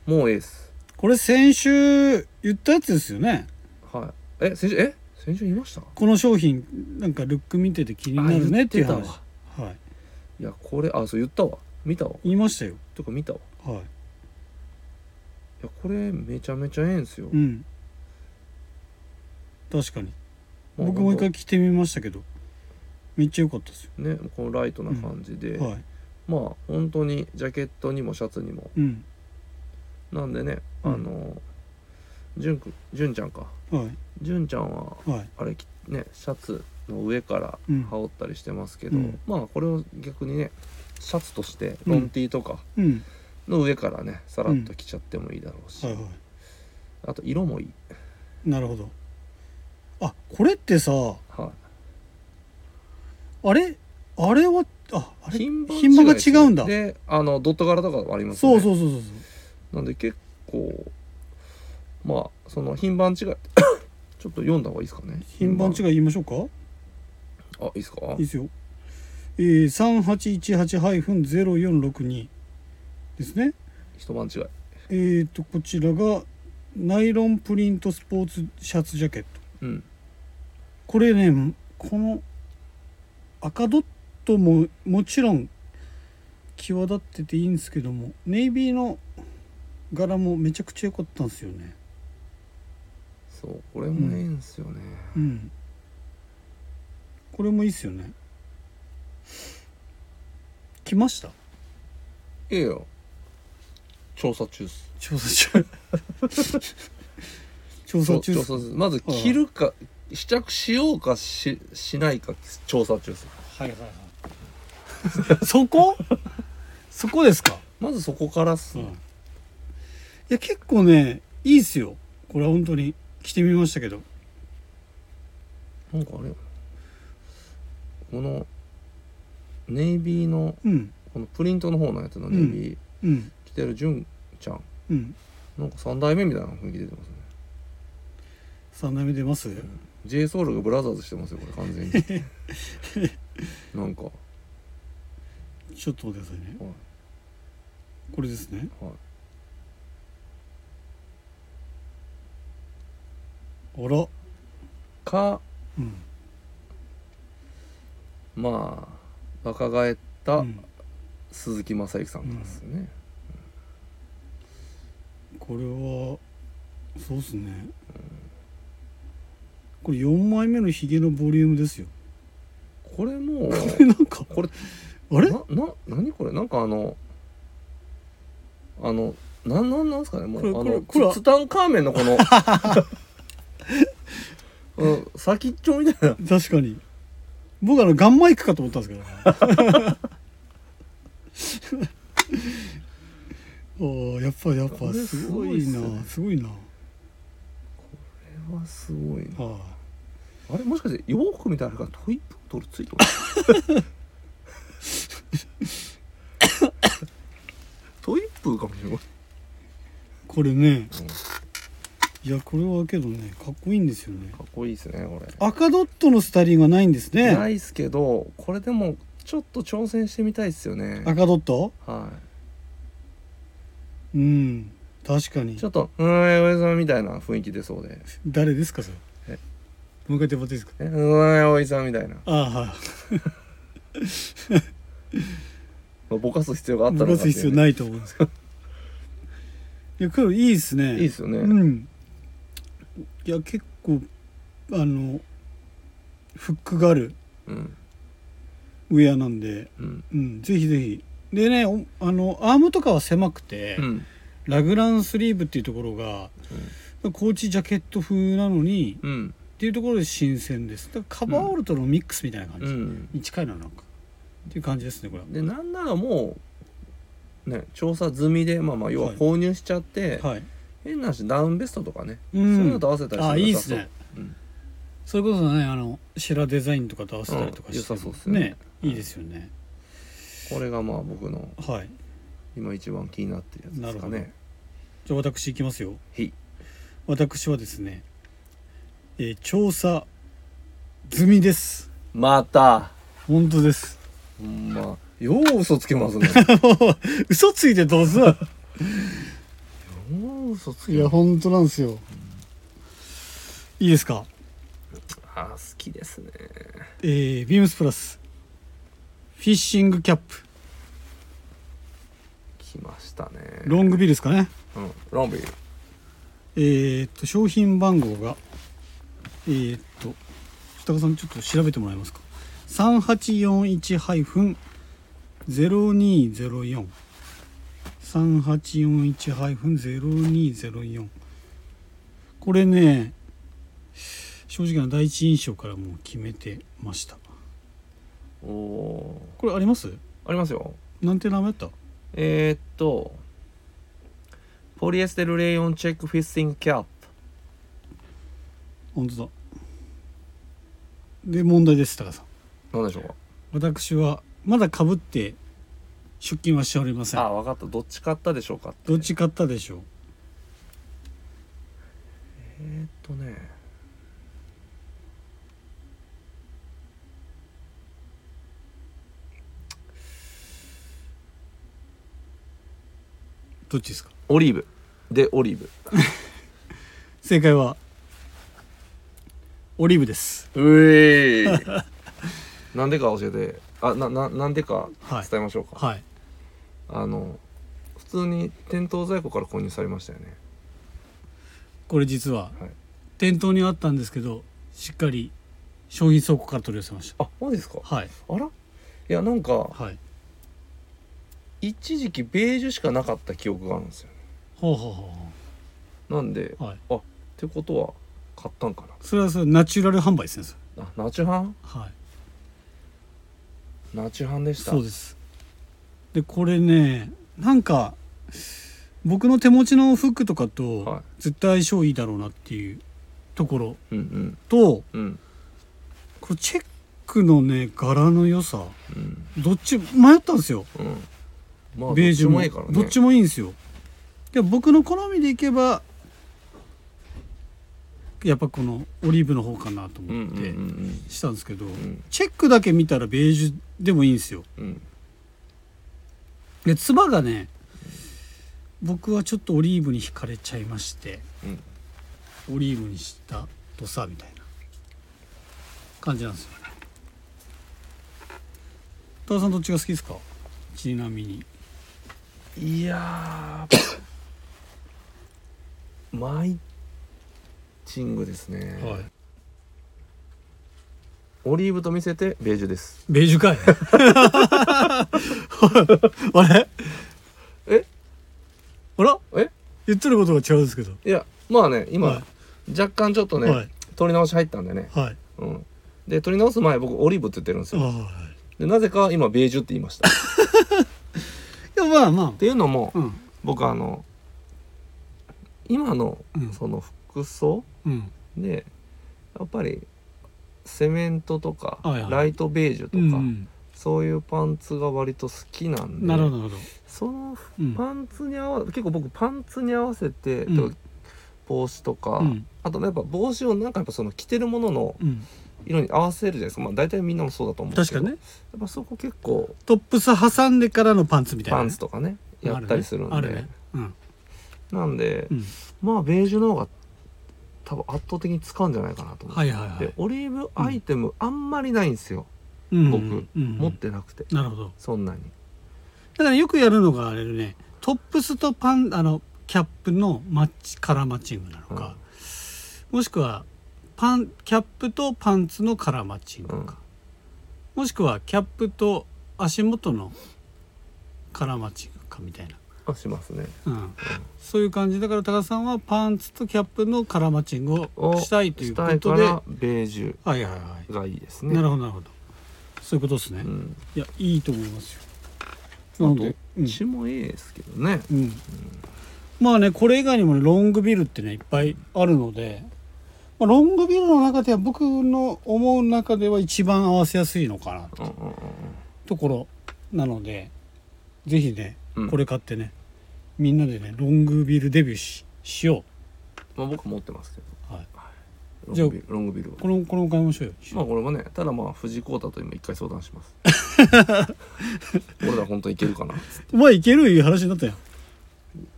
[SPEAKER 2] うもうエース
[SPEAKER 1] これ先週言ったやつですよね
[SPEAKER 2] はいえ先週え先週言いました
[SPEAKER 1] この商品なんかルック見てて気になるねっていう
[SPEAKER 2] あ言
[SPEAKER 1] 話
[SPEAKER 2] って
[SPEAKER 1] はい
[SPEAKER 2] いやこれあそう言ったわ見たわ
[SPEAKER 1] 言いましたよ
[SPEAKER 2] とか見たわ
[SPEAKER 1] はい
[SPEAKER 2] やこれめちゃめちゃええんすよ、
[SPEAKER 1] うん確かに
[SPEAKER 2] まあ
[SPEAKER 1] 僕も一回着てみましたけどめっちゃ良かったですよ
[SPEAKER 2] ねこのライトな感じで、
[SPEAKER 1] はい
[SPEAKER 2] まあ本当にジャケットにもシャツにも
[SPEAKER 1] うん
[SPEAKER 2] なんでね、
[SPEAKER 1] うん
[SPEAKER 2] あのじゅんくじゅんちゃんか
[SPEAKER 1] はい
[SPEAKER 2] じゅんちゃんは
[SPEAKER 1] はい
[SPEAKER 2] あれきねシャツの上から
[SPEAKER 1] うん
[SPEAKER 2] 羽織ったりしてますけど、
[SPEAKER 1] うん
[SPEAKER 2] まあこれを逆にねシャツとして
[SPEAKER 1] うん
[SPEAKER 2] ロンティーとか
[SPEAKER 1] うん
[SPEAKER 2] の上からねさらっと着ちゃってもいいだろうし、
[SPEAKER 1] はいはい
[SPEAKER 2] あと色もいい、
[SPEAKER 1] なるほどあこれってさ
[SPEAKER 2] は
[SPEAKER 1] あれあれはああれ
[SPEAKER 2] い、品番
[SPEAKER 1] 品番が
[SPEAKER 2] です
[SPEAKER 1] 違うんだ
[SPEAKER 2] であのドット柄とかもありますよ
[SPEAKER 1] そう
[SPEAKER 2] ね
[SPEAKER 1] そうそうそうそう
[SPEAKER 2] なんで結構まあその品番違い *coughs* ちょっと読んだ方がいいですかね
[SPEAKER 1] 品番違い言いましょうか
[SPEAKER 2] あいいですか
[SPEAKER 1] いいですよ、えー、3818-0462ですね
[SPEAKER 2] 一晩違い
[SPEAKER 1] えー、とこちらがナイロンプリントスポーツシャツジャケット
[SPEAKER 2] うん
[SPEAKER 1] これねこの赤ドットももちろん際立ってていいんですけどもネイビーの柄もめちゃくちゃ良かったんですよね
[SPEAKER 2] そうこれもええんすよね、
[SPEAKER 1] うんこれもいいっすよね来ました
[SPEAKER 2] ええよ調査中っす
[SPEAKER 1] 調査中調査中
[SPEAKER 2] そう調査中まず
[SPEAKER 1] はい
[SPEAKER 2] 着るか、試着しようかししないか調査中っす
[SPEAKER 1] はいはいはいそこそこですか、
[SPEAKER 2] まずそこからっす
[SPEAKER 1] い
[SPEAKER 2] ね、
[SPEAKER 1] や結構ねいいっすよこれは本当に着てみましたけど
[SPEAKER 2] なんかあれこのネイビーの
[SPEAKER 1] うん
[SPEAKER 2] このプリントの方のやつのネイビー
[SPEAKER 1] うん
[SPEAKER 2] 着てる純ちゃん
[SPEAKER 1] うん
[SPEAKER 2] なんか3代目みたいな雰囲気出てますね
[SPEAKER 1] 3代目出ます
[SPEAKER 2] j ソ o ルがブラザーズしてますよこれ完全に
[SPEAKER 1] *laughs*
[SPEAKER 2] なんかは
[SPEAKER 1] ちょっと待ってくださいね
[SPEAKER 2] い
[SPEAKER 1] これですね
[SPEAKER 2] はい
[SPEAKER 1] あら
[SPEAKER 2] か
[SPEAKER 1] うん
[SPEAKER 2] まあ若返っ
[SPEAKER 1] う
[SPEAKER 2] た
[SPEAKER 1] ん
[SPEAKER 2] 鈴木雅之さんなんですね、
[SPEAKER 1] これはそうっすねこれ4枚目のヒゲのボリュームですよ *laughs*
[SPEAKER 2] これもう
[SPEAKER 1] これなんか
[SPEAKER 2] これ
[SPEAKER 1] *laughs* あれ
[SPEAKER 2] なな何これなんかあのあのなんなんなんですかねもう
[SPEAKER 1] これ
[SPEAKER 2] あ
[SPEAKER 1] これ
[SPEAKER 2] の
[SPEAKER 1] これは
[SPEAKER 2] ツツタンカーメンのこ
[SPEAKER 1] *laughs*
[SPEAKER 2] のこの先っちょみたいな
[SPEAKER 1] 確かに僕あのガンマイクかと思ったんですけどねあ
[SPEAKER 2] *laughs*
[SPEAKER 1] ーやっぱやっ
[SPEAKER 2] こ
[SPEAKER 1] ぱ
[SPEAKER 2] れ
[SPEAKER 1] す
[SPEAKER 2] すご
[SPEAKER 1] ご
[SPEAKER 2] いっ
[SPEAKER 1] い
[SPEAKER 2] すね
[SPEAKER 1] なすごいな
[SPEAKER 2] これはすごいな
[SPEAKER 1] あ
[SPEAKER 2] あれもしかして洋服みたいなのがトイプードルついてます *laughs* トイプーかもしれない
[SPEAKER 1] これねいやこれはけどねかっこいいんですよね
[SPEAKER 2] かっこいいですねこれ
[SPEAKER 1] 赤ドットのスタイリングはないんです
[SPEAKER 2] な
[SPEAKER 1] ね
[SPEAKER 2] いっすけどこれでもちょっと挑戦してみたいっすよね
[SPEAKER 1] 赤ドット
[SPEAKER 2] は
[SPEAKER 1] うん確かに
[SPEAKER 2] いちょっと「うーいおやさん」みたいな雰囲気出そうで
[SPEAKER 1] 誰ですかそれ
[SPEAKER 2] え
[SPEAKER 1] もう一回言ってもらっていいですか
[SPEAKER 2] 「えうーいおいさん」みたいな
[SPEAKER 1] ああはい
[SPEAKER 2] まあぼかす必要があったのか
[SPEAKER 1] 動かす必要ないいと思うんですけどいや黒いいですね
[SPEAKER 2] いいっすよね、
[SPEAKER 1] うんいや結構あのフックがある
[SPEAKER 2] うん
[SPEAKER 1] ウェアなんで、
[SPEAKER 2] うん
[SPEAKER 1] うん、ぜひぜひでねおあのアームとかは狭くて、
[SPEAKER 2] うん
[SPEAKER 1] ラグランスリーブっていうところが、コーチジャケット風なのに
[SPEAKER 2] うん
[SPEAKER 1] っていうところで新鮮ですだからカバーオールとのミックスみたいな感じ、
[SPEAKER 2] うん
[SPEAKER 1] に近いななんかっていう感じですねこれは
[SPEAKER 2] でなんならもうね調査済みでまあまあ要は購入しちゃって、
[SPEAKER 1] はい
[SPEAKER 2] 変な話ダウンベストとかね、
[SPEAKER 1] うん
[SPEAKER 2] そういうのと合わせたり
[SPEAKER 1] あいいですね
[SPEAKER 2] そううん
[SPEAKER 1] それこそねあのシェラデザインとかと合わせたりとか
[SPEAKER 2] うん
[SPEAKER 1] して、
[SPEAKER 2] 良さそうっすよね
[SPEAKER 1] いいですよね
[SPEAKER 2] これがまあ僕の
[SPEAKER 1] はい
[SPEAKER 2] 今一番気になってるやつですか
[SPEAKER 1] なる
[SPEAKER 2] ね
[SPEAKER 1] じゃあ私いきますよ
[SPEAKER 2] はい
[SPEAKER 1] 私はですね、えー調査済みです
[SPEAKER 2] また
[SPEAKER 1] 本当です *laughs*
[SPEAKER 2] ほんまよう嘘つけますね
[SPEAKER 1] 嘘ついてどうする
[SPEAKER 2] よう嘘つ
[SPEAKER 1] *laughs* い
[SPEAKER 2] け
[SPEAKER 1] や
[SPEAKER 2] ます
[SPEAKER 1] 本当なんですよいいですか
[SPEAKER 2] あ好きですね
[SPEAKER 1] えービームスプラスフィッシングキャップ
[SPEAKER 2] 来ましたね
[SPEAKER 1] ロングビルですかね
[SPEAKER 2] うんロンビー
[SPEAKER 1] えーっと商品番号がえーっと高さんちょっと調べてもらえますか3841-0204 3841-0204これね正直な第一印象からもう決めてました
[SPEAKER 2] おお
[SPEAKER 1] これあります
[SPEAKER 2] ーありますよ
[SPEAKER 1] なんて名前だった
[SPEAKER 2] えー、っとポリエステルレイオンチェックフィッシングキャップ
[SPEAKER 1] 本当だで問題です高さん
[SPEAKER 2] なんでしょうか
[SPEAKER 1] 私はまだかぶって出勤はしておりません
[SPEAKER 2] あ分かったどっち買ったでしょうか
[SPEAKER 1] どっち買ったでしょう
[SPEAKER 2] えー、っとね
[SPEAKER 1] どっちですか
[SPEAKER 2] オリーブでオリーブ
[SPEAKER 1] 正解はオリーブです
[SPEAKER 2] うえー *laughs* なんでか教えてあなななんでか
[SPEAKER 1] はい
[SPEAKER 2] 伝えましょうか、
[SPEAKER 1] はい
[SPEAKER 2] あの普通に店頭在庫から購入されましたよね
[SPEAKER 1] これ実は
[SPEAKER 2] はい
[SPEAKER 1] 店頭にはあったんですけどしっかり商品倉庫から取り寄せまし
[SPEAKER 2] あマジですか
[SPEAKER 1] たはい
[SPEAKER 2] あらいやなんか
[SPEAKER 1] はい
[SPEAKER 2] 一時期ベージュしかなかった記憶があるんですよね
[SPEAKER 1] ほうほうほうほ
[SPEAKER 2] なんで
[SPEAKER 1] うはい
[SPEAKER 2] あってことは買ったんか
[SPEAKER 1] それはそれナチュラル販売ですねそれ
[SPEAKER 2] なあナチュハン
[SPEAKER 1] はい
[SPEAKER 2] ナチュハンでした
[SPEAKER 1] そうですでこれねなんか僕の手持ちのフックとか
[SPEAKER 2] は
[SPEAKER 1] と
[SPEAKER 2] い
[SPEAKER 1] 絶対相性いいだろうなっていうところ
[SPEAKER 2] うん
[SPEAKER 1] と
[SPEAKER 2] うんうん
[SPEAKER 1] これチェックのね柄の良さ
[SPEAKER 2] うん
[SPEAKER 1] どっち迷ったんですよ
[SPEAKER 2] うんまあ
[SPEAKER 1] ベージュも
[SPEAKER 2] どっちもいいからね
[SPEAKER 1] どっちもいいんですよで僕の好みでいけばやっぱこのオリーブの方かなと
[SPEAKER 2] うん
[SPEAKER 1] 思っ
[SPEAKER 2] うんうん
[SPEAKER 1] てしたんですけど、
[SPEAKER 2] ん
[SPEAKER 1] チェックだけ見たらベージュでもいいんですよ
[SPEAKER 2] うんうん
[SPEAKER 1] でつばがね僕はちょっとオリーブに惹かれちゃいまして
[SPEAKER 2] うん
[SPEAKER 1] オリーブにしたとさみたいな感じなんですよね田さんどっちが好きですかちなみに
[SPEAKER 2] いやーマイチングですね、
[SPEAKER 1] はい
[SPEAKER 2] オリーブと見せてベージュです
[SPEAKER 1] ベージュ
[SPEAKER 2] *laughs*
[SPEAKER 1] かいあれ
[SPEAKER 2] え
[SPEAKER 1] あら
[SPEAKER 2] え
[SPEAKER 1] 言ってることが違うんですけど
[SPEAKER 2] いやまあね今、
[SPEAKER 1] は
[SPEAKER 2] 若干ちょっとね、
[SPEAKER 1] はい
[SPEAKER 2] 取り直し入ったんでね、
[SPEAKER 1] はい
[SPEAKER 2] うん、で取り直す前僕オリーブって言ってるんです
[SPEAKER 1] あ
[SPEAKER 2] よ
[SPEAKER 1] は
[SPEAKER 2] でなぜか今ベージュって言いましたっ
[SPEAKER 1] いいやまあま
[SPEAKER 2] ていうのも
[SPEAKER 1] あうん
[SPEAKER 2] 僕あの今の
[SPEAKER 1] うん
[SPEAKER 2] その服装
[SPEAKER 1] うん
[SPEAKER 2] でやっぱりセメントとか、
[SPEAKER 1] はいはい
[SPEAKER 2] ライトベージュとか、
[SPEAKER 1] うん
[SPEAKER 2] そういうパンツが割と好きなんで
[SPEAKER 1] なるほどなるほど
[SPEAKER 2] その
[SPEAKER 1] うん
[SPEAKER 2] パンツに合わ結構僕パンツに合わせて、
[SPEAKER 1] うん
[SPEAKER 2] てか帽子とか、
[SPEAKER 1] うん
[SPEAKER 2] あとやっぱ帽子をなんかやっぱその着てるものの
[SPEAKER 1] うん
[SPEAKER 2] 色に合わせるじゃないですか、まあ、大体みんなもそうだと思うんです
[SPEAKER 1] 確か
[SPEAKER 2] けど
[SPEAKER 1] にね
[SPEAKER 2] やっぱそこ結構
[SPEAKER 1] トップス挟んでからのパンツみたいな
[SPEAKER 2] パ
[SPEAKER 1] ね、
[SPEAKER 2] ンツとかねやったりするんで、
[SPEAKER 1] あるねあるねうん
[SPEAKER 2] なんで、
[SPEAKER 1] うん
[SPEAKER 2] まあベージュの方が多分圧倒的に使うんじゃないかなと思って、
[SPEAKER 1] はいはいはい
[SPEAKER 2] でオリーブアイテムあんまりないんですよ、
[SPEAKER 1] うん
[SPEAKER 2] 僕
[SPEAKER 1] うん
[SPEAKER 2] 持ってなくて、
[SPEAKER 1] なるほど
[SPEAKER 2] そんなに
[SPEAKER 1] だからよくやるのがあれねトップスとパンあのキャップのマッチカラーマッチングなのか、もしくはパンキャップとパンツのカラーマッチングか、もしくはキャップと足元のカラーマッチングかみたいな、
[SPEAKER 2] あしますね
[SPEAKER 1] うん、そういう感じだから高田さんはパンツとキャップのカラーマッチングを
[SPEAKER 2] を
[SPEAKER 1] したいというこ
[SPEAKER 2] した
[SPEAKER 1] と
[SPEAKER 2] い
[SPEAKER 1] で
[SPEAKER 2] か
[SPEAKER 1] は
[SPEAKER 2] らベージ
[SPEAKER 1] いはいはい、
[SPEAKER 2] ュがいいですね
[SPEAKER 1] なるほどなるほどそういうことですね、
[SPEAKER 2] うん
[SPEAKER 1] いやいいと思いますよなので
[SPEAKER 2] あと血もいいですけどね、
[SPEAKER 1] うん、うんまあねこれ以外にもねロングビルってねいっぱいあるので、まあ、ロングビルの中では僕の思う中では一番合わせやすいのかな
[SPEAKER 2] うんうん
[SPEAKER 1] ところなのでぜひね
[SPEAKER 2] うんうん
[SPEAKER 1] これ買ってね、みんなでねロングビルデビューししよ
[SPEAKER 2] まあ僕持ってますけ
[SPEAKER 1] う、はい、
[SPEAKER 2] ど
[SPEAKER 1] じゃあ
[SPEAKER 2] ロングビルロングビルは
[SPEAKER 1] これもこれも買いましょうよ、
[SPEAKER 2] まあこれもねただまあ藤井耕太と今一回相談します
[SPEAKER 1] *laughs*
[SPEAKER 2] 俺ら本当にいけるかなっつって
[SPEAKER 1] お前いけるいう話になったよ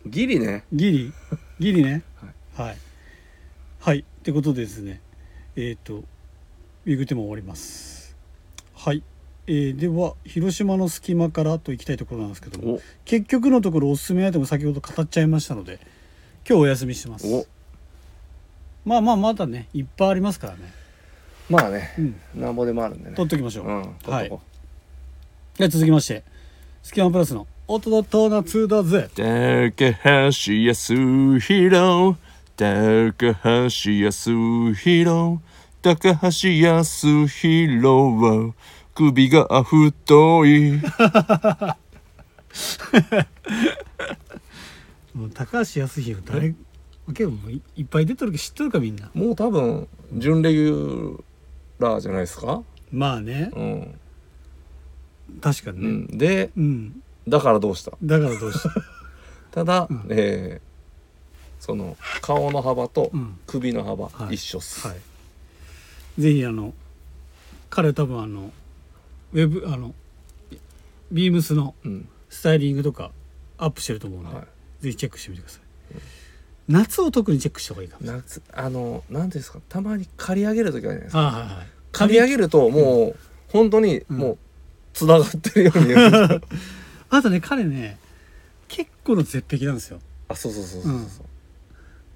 [SPEAKER 2] ギリね
[SPEAKER 1] ギ *laughs* リギリね
[SPEAKER 2] はい
[SPEAKER 1] はいはい、ってことでですねえっ、とウィグテも終わりますはい、えーでは広島の隙間からといきたいところなんですけども
[SPEAKER 2] お
[SPEAKER 1] 結局のところおすすめアイテム先ほど語っちゃいましたので今日お休みしてます
[SPEAKER 2] お
[SPEAKER 1] まあまあまだねいっぱいありますからね
[SPEAKER 2] まあね
[SPEAKER 1] うん
[SPEAKER 2] なんぼでもあるんでね
[SPEAKER 1] 取っときましょう、
[SPEAKER 2] うん取っとこ
[SPEAKER 1] では続きましてスキマプラスの音だと夏だぜ
[SPEAKER 2] う高橋康弘高橋康弘高橋康弘は首が太い
[SPEAKER 1] もう高橋康弘誰結構もういいっぱい出てるけど知っとるかみんな
[SPEAKER 2] もう多分準レギュラーじゃないですか
[SPEAKER 1] まあね
[SPEAKER 2] うん、
[SPEAKER 1] 確かに
[SPEAKER 2] う
[SPEAKER 1] ね、
[SPEAKER 2] ん、で
[SPEAKER 1] うん、
[SPEAKER 2] だからどうした
[SPEAKER 1] だから
[SPEAKER 2] *laughs*
[SPEAKER 1] どうした、
[SPEAKER 2] ただ、
[SPEAKER 1] うん
[SPEAKER 2] えーその顔の幅と
[SPEAKER 1] うん
[SPEAKER 2] 首の幅
[SPEAKER 1] はい
[SPEAKER 2] 一緒っす、
[SPEAKER 1] はい、ぜひあの彼多分あのウェブあのビームスの
[SPEAKER 2] うん
[SPEAKER 1] スタイリングとかアップしてると思うので、
[SPEAKER 2] はい
[SPEAKER 1] ぜひチェックしてみてください、夏を特にチェックした方がいいかもしれない
[SPEAKER 2] 夏あの何ですかたまに刈り上げる時あるじゃないですか
[SPEAKER 1] ああはいはい
[SPEAKER 2] 刈り上げるともう本当に
[SPEAKER 1] ん
[SPEAKER 2] もうつながってるように見え *laughs* る
[SPEAKER 1] あとね彼ね結構の絶壁なんですよ
[SPEAKER 2] あそうそうそうそうそう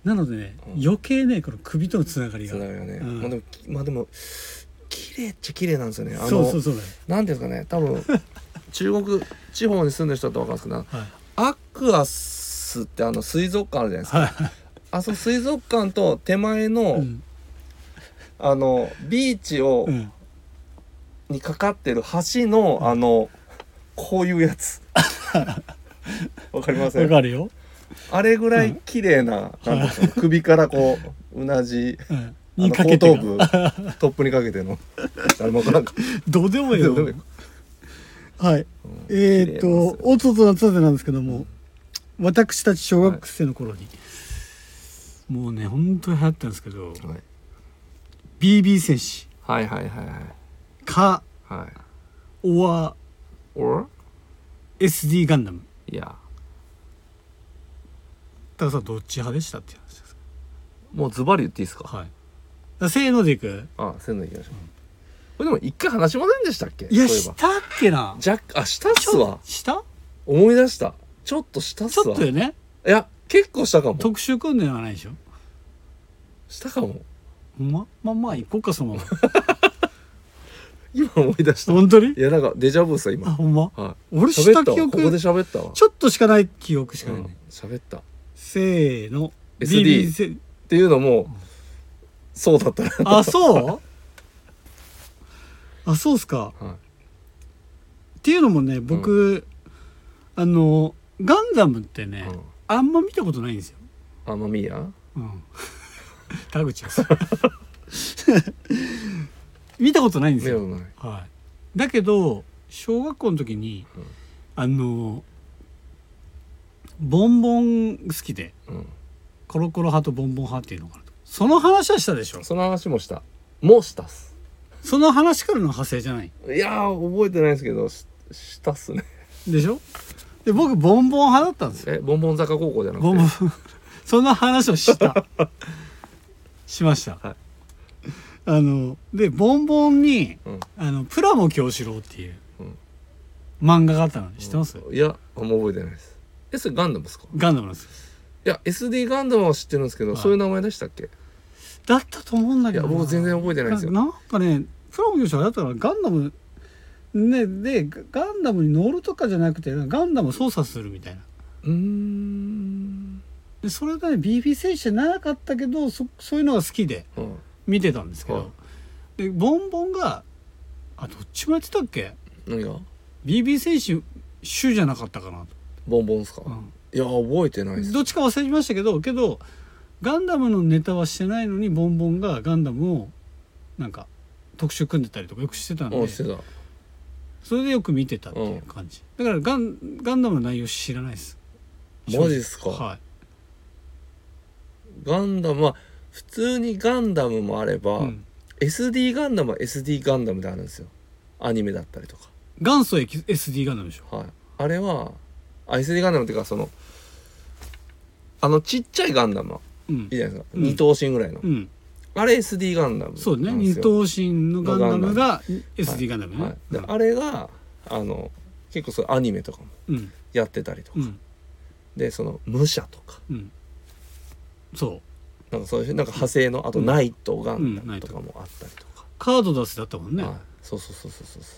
[SPEAKER 1] なのでね、
[SPEAKER 2] うん
[SPEAKER 1] 余計ねこの首とのつながり
[SPEAKER 2] つ
[SPEAKER 1] が
[SPEAKER 2] ながりがね、
[SPEAKER 1] うん
[SPEAKER 2] まあでもまあでも綺麗っちゃ綺麗なんですよねあの
[SPEAKER 1] そうそうそうだよ、
[SPEAKER 2] なんていうんですかね多分
[SPEAKER 1] *laughs*
[SPEAKER 2] 中国地方に住んでる人だと分かるんですけど
[SPEAKER 1] はい
[SPEAKER 2] アクアスってあの水族館あるじゃないですか
[SPEAKER 1] はい
[SPEAKER 2] あその水族館と手前の、
[SPEAKER 1] うん
[SPEAKER 2] あのビーチを、
[SPEAKER 1] うん
[SPEAKER 2] にかかってる橋の、あのこういうやつわかりませ
[SPEAKER 1] わ
[SPEAKER 2] ん
[SPEAKER 1] かるよ、
[SPEAKER 2] あれぐらい綺麗な,、なんですかね首からこううなじ
[SPEAKER 1] うん、
[SPEAKER 2] あの
[SPEAKER 1] にか
[SPEAKER 2] 後
[SPEAKER 1] けて
[SPEAKER 2] 頭
[SPEAKER 1] が
[SPEAKER 2] 部トップにかけての誰もわからんか
[SPEAKER 1] どうでもいいよはい
[SPEAKER 2] うん
[SPEAKER 1] えー、っと
[SPEAKER 2] 綺麗なんですよ
[SPEAKER 1] おととなつてなんですけども私たち小学生の頃に、もうね本当に流行ったんですけど
[SPEAKER 2] はい
[SPEAKER 1] BB 戦士
[SPEAKER 2] はいはいはいはい
[SPEAKER 1] か
[SPEAKER 2] はい
[SPEAKER 1] or
[SPEAKER 2] or
[SPEAKER 1] SD ガンダム
[SPEAKER 2] いや
[SPEAKER 1] たださどっち派でしたっていう話です
[SPEAKER 2] もうズバリ言っていいですか
[SPEAKER 1] はいだからせーのでいく
[SPEAKER 2] あせーのいきましょうこれでも一回話しませんでしたっけ
[SPEAKER 1] いや
[SPEAKER 2] そういえば
[SPEAKER 1] したっけな
[SPEAKER 2] ジャックあしたっすわ
[SPEAKER 1] した
[SPEAKER 2] 思い出したちょっとしたっ
[SPEAKER 1] ち
[SPEAKER 2] す
[SPEAKER 1] ょ
[SPEAKER 2] わ
[SPEAKER 1] っとよ
[SPEAKER 2] い
[SPEAKER 1] ね
[SPEAKER 2] や結構したかも
[SPEAKER 1] 特集訓練はないでしょ
[SPEAKER 2] したかも
[SPEAKER 1] ほんままあまあ行こうかそのまま
[SPEAKER 2] 今思い出した
[SPEAKER 1] 本当に
[SPEAKER 2] いやなんかデジャブっすわ
[SPEAKER 1] あ
[SPEAKER 2] 今
[SPEAKER 1] ほんま
[SPEAKER 2] は
[SPEAKER 1] 俺
[SPEAKER 2] い
[SPEAKER 1] し
[SPEAKER 2] 喋
[SPEAKER 1] た
[SPEAKER 2] った
[SPEAKER 1] 記
[SPEAKER 2] わここで
[SPEAKER 1] 憶
[SPEAKER 2] 喋ったわ
[SPEAKER 1] ちょっとしかない記憶しかないね、
[SPEAKER 2] うん喋ったっ
[SPEAKER 1] せーの
[SPEAKER 2] SD
[SPEAKER 1] BB せ
[SPEAKER 2] ていうのもそうだ
[SPEAKER 1] *laughs*
[SPEAKER 2] ったな
[SPEAKER 1] あそうあそうっすか
[SPEAKER 2] はい
[SPEAKER 1] っていうのもね僕、あのガンダムってね、
[SPEAKER 2] うん
[SPEAKER 1] あんま見たことないんですよ、
[SPEAKER 2] あまあミーヤ *laughs*
[SPEAKER 1] うん、田口です *laughs* 見たことないんで
[SPEAKER 2] 見
[SPEAKER 1] す
[SPEAKER 2] たこ
[SPEAKER 1] よ、
[SPEAKER 2] とない
[SPEAKER 1] はい、だけど小学校の時に、
[SPEAKER 2] うん
[SPEAKER 1] あのボンボン好きで
[SPEAKER 2] うん
[SPEAKER 1] コロコロ派とボンボン派っていうのかなとその話はしたでしょ
[SPEAKER 2] その話もしたもうしたっす
[SPEAKER 1] その話からの派生じゃない
[SPEAKER 2] いやー覚えてないですけどししたっすね
[SPEAKER 1] でしょで僕ボンボン派だったんですよ
[SPEAKER 2] えボンボン坂高校じゃなくて
[SPEAKER 1] ボンボン *laughs* その話をした
[SPEAKER 2] *laughs*
[SPEAKER 1] しました、
[SPEAKER 2] はい
[SPEAKER 1] あのでボンボンに
[SPEAKER 2] うん
[SPEAKER 1] 「あのプラモ京志郎」っていう
[SPEAKER 2] うん
[SPEAKER 1] 漫画があったの知ってます、
[SPEAKER 2] いやあんま覚えてないですえそれガンダムですか
[SPEAKER 1] ガンダムなんですよ
[SPEAKER 2] いや SD ガンダムは知ってるんですけど、
[SPEAKER 1] はい
[SPEAKER 2] そういう名前でしたっけ
[SPEAKER 1] だったと思うんだ
[SPEAKER 2] い
[SPEAKER 1] け
[SPEAKER 2] や
[SPEAKER 1] どな
[SPEAKER 2] 僕全然覚えてないんですよ
[SPEAKER 1] なんかねプラモ教師はだったからガンダムねでガンダムに乗るとかじゃなくてガンダムを操作するみたいな
[SPEAKER 2] うーん
[SPEAKER 1] でそれがね BB 戦士じゃなかったけどそそういうのが好きで
[SPEAKER 2] うん
[SPEAKER 1] 見てたんですけど、
[SPEAKER 2] はい
[SPEAKER 1] でボンボンがあどっちもやってたっけ
[SPEAKER 2] 何が
[SPEAKER 1] BB 戦士主じゃなかったかなと、
[SPEAKER 2] ボンボンですか、
[SPEAKER 1] う
[SPEAKER 2] いや覚えてないで
[SPEAKER 1] ん
[SPEAKER 2] す
[SPEAKER 1] どっちか忘れましたけどけどガンダムのネタはしてないのにボンボンがガンダムをなんか特集組んでたりとかよくしてたん
[SPEAKER 2] う
[SPEAKER 1] で
[SPEAKER 2] んしてた
[SPEAKER 1] それでよく見てたっていう感じ、だからガンガンダムの内容知らないです
[SPEAKER 2] マジっすか、
[SPEAKER 1] はい
[SPEAKER 2] ガンダムは普通にガンダムもあれば、
[SPEAKER 1] うん
[SPEAKER 2] SD ガンダムは SD ガンダムであるんですよアニメだったりとか
[SPEAKER 1] 元祖 SD ガンダムでしょ
[SPEAKER 2] はいあれはあ SD ガンダムっていうかそのあのちっちゃいガンダム
[SPEAKER 1] うん
[SPEAKER 2] いいじゃないですか、
[SPEAKER 1] うん
[SPEAKER 2] 二等身ぐらいの、
[SPEAKER 1] うん
[SPEAKER 2] あれ SD ガンダム
[SPEAKER 1] そうね
[SPEAKER 2] なんで
[SPEAKER 1] 二
[SPEAKER 2] すよ
[SPEAKER 1] 等身のガンダムが
[SPEAKER 2] はい
[SPEAKER 1] SD ガンダム
[SPEAKER 2] は
[SPEAKER 1] ね
[SPEAKER 2] い、であれがあの結構そういうアニメとかも
[SPEAKER 1] うん
[SPEAKER 2] やってたりとか、
[SPEAKER 1] うん
[SPEAKER 2] でその武者とか
[SPEAKER 1] うんそう
[SPEAKER 2] なんかそういうなんか派生のあとナイトガンダ
[SPEAKER 1] うんナ
[SPEAKER 2] ム
[SPEAKER 1] イト
[SPEAKER 2] とかもあったりとか、
[SPEAKER 1] カード出すだったもんね、
[SPEAKER 2] はい、そうそうそうそうそうそ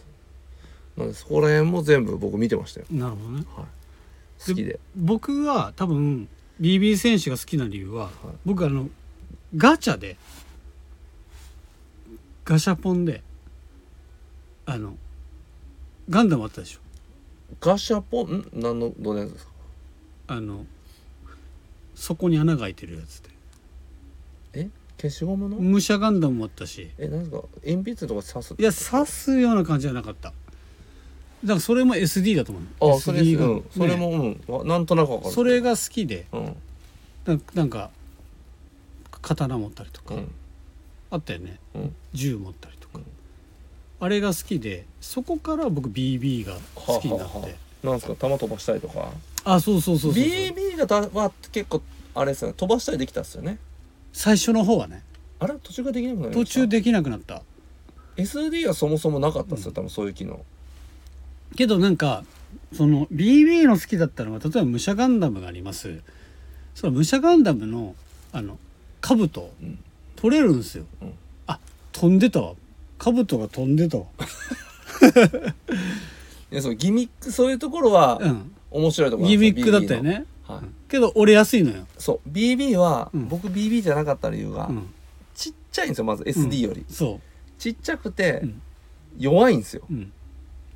[SPEAKER 2] うなんでそこら辺も全部僕見てましたよ、
[SPEAKER 1] なるほどね
[SPEAKER 2] はい、好きで
[SPEAKER 1] 僕は多分 BB 選手が好きな理由は、
[SPEAKER 2] い
[SPEAKER 1] 僕あのガチャでガシャポンであのガンダムあったでしょ
[SPEAKER 2] ガシャポンん何のどのやつですか
[SPEAKER 1] あのそこに穴が開いてるやつで
[SPEAKER 2] え消しゴムの、
[SPEAKER 1] 武者ガンダムもあったし
[SPEAKER 2] えなんですか鉛筆とか刺す
[SPEAKER 1] いや刺すような感じじゃなかっただからそれも SD だと思う
[SPEAKER 2] あそれ、
[SPEAKER 1] SD
[SPEAKER 2] う
[SPEAKER 1] が
[SPEAKER 2] ん、それも、うんわなんとなくわかる
[SPEAKER 1] それが好きで
[SPEAKER 2] うん
[SPEAKER 1] ななんか刀持ったりとか、
[SPEAKER 2] うん
[SPEAKER 1] あったよね
[SPEAKER 2] うん
[SPEAKER 1] 銃持ったりとか、
[SPEAKER 2] うん
[SPEAKER 1] あれが好きでそこから僕 BB が好きになって
[SPEAKER 2] はあはあなんですか弾飛ばしたりとか
[SPEAKER 1] あそうそうそうそう
[SPEAKER 2] BB がたは結構あれですよね飛ばしたりできたっすよね
[SPEAKER 1] 最初の方はね
[SPEAKER 2] あれ途中ができなくなり
[SPEAKER 1] 途
[SPEAKER 2] ました
[SPEAKER 1] 中できなくなった
[SPEAKER 2] SD はそもそもなかったっすよ多分そういう機能
[SPEAKER 1] けどなんかその BB の好きだったのは例えば武者ガンダムがありますその武者ガンダムのあの兜を
[SPEAKER 2] うん
[SPEAKER 1] 取れるんですよ、
[SPEAKER 2] うん
[SPEAKER 1] あ飛んでたわ兜が飛んでたわ
[SPEAKER 2] いやそのギミックそういうところは
[SPEAKER 1] うん
[SPEAKER 2] 面白いところな
[SPEAKER 1] ギ
[SPEAKER 2] んですよ
[SPEAKER 1] ミックだったよ、ね
[SPEAKER 2] BB のはい、
[SPEAKER 1] けど折れやすいのよ、
[SPEAKER 2] そう BB は、
[SPEAKER 1] うん
[SPEAKER 2] 僕 BB じゃなかった理由が、
[SPEAKER 1] うん、
[SPEAKER 2] ちっちゃいんですよまず SD より、
[SPEAKER 1] そ
[SPEAKER 2] ちっちゃくて、
[SPEAKER 1] うん
[SPEAKER 2] 弱いんですよ
[SPEAKER 1] う、うん、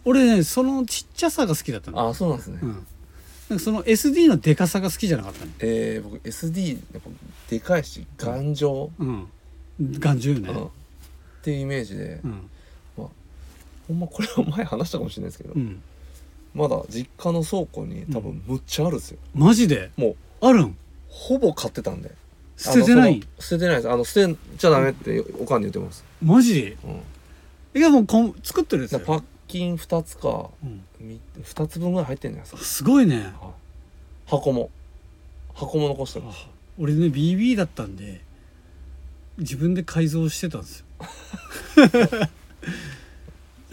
[SPEAKER 1] 俺ねそのちっちゃさが好きだったの
[SPEAKER 2] ああそうなんですね、
[SPEAKER 1] うん、なんかその SD のでかさが好きじゃなかったの
[SPEAKER 2] えー、僕 SD やっぱでかいし頑丈、
[SPEAKER 1] うん頑丈よ
[SPEAKER 2] う
[SPEAKER 1] ね
[SPEAKER 2] んっていうイメージで、
[SPEAKER 1] うん
[SPEAKER 2] ほんまこれは前話したかもしれないですけど、
[SPEAKER 1] うん
[SPEAKER 2] まだ実家の倉庫に多分むっちゃあるんですよ、
[SPEAKER 1] マジで
[SPEAKER 2] もう
[SPEAKER 1] あるん
[SPEAKER 2] ほぼ買ってたんで
[SPEAKER 1] 捨ててな
[SPEAKER 2] あの
[SPEAKER 1] い
[SPEAKER 2] その捨ててないですあの捨てちゃダメっておかんに言ってます、
[SPEAKER 1] マジ
[SPEAKER 2] うん、
[SPEAKER 1] いやもうこん作ってるやつ
[SPEAKER 2] だ
[SPEAKER 1] よ
[SPEAKER 2] からパッキン2つか
[SPEAKER 1] うん
[SPEAKER 2] み2つ分ぐらい入ってんじゃないですか
[SPEAKER 1] すごいね
[SPEAKER 2] はい箱も箱も残してる
[SPEAKER 1] 俺ね BB だったんで自分で改造してたん
[SPEAKER 2] *laughs*
[SPEAKER 1] ですよ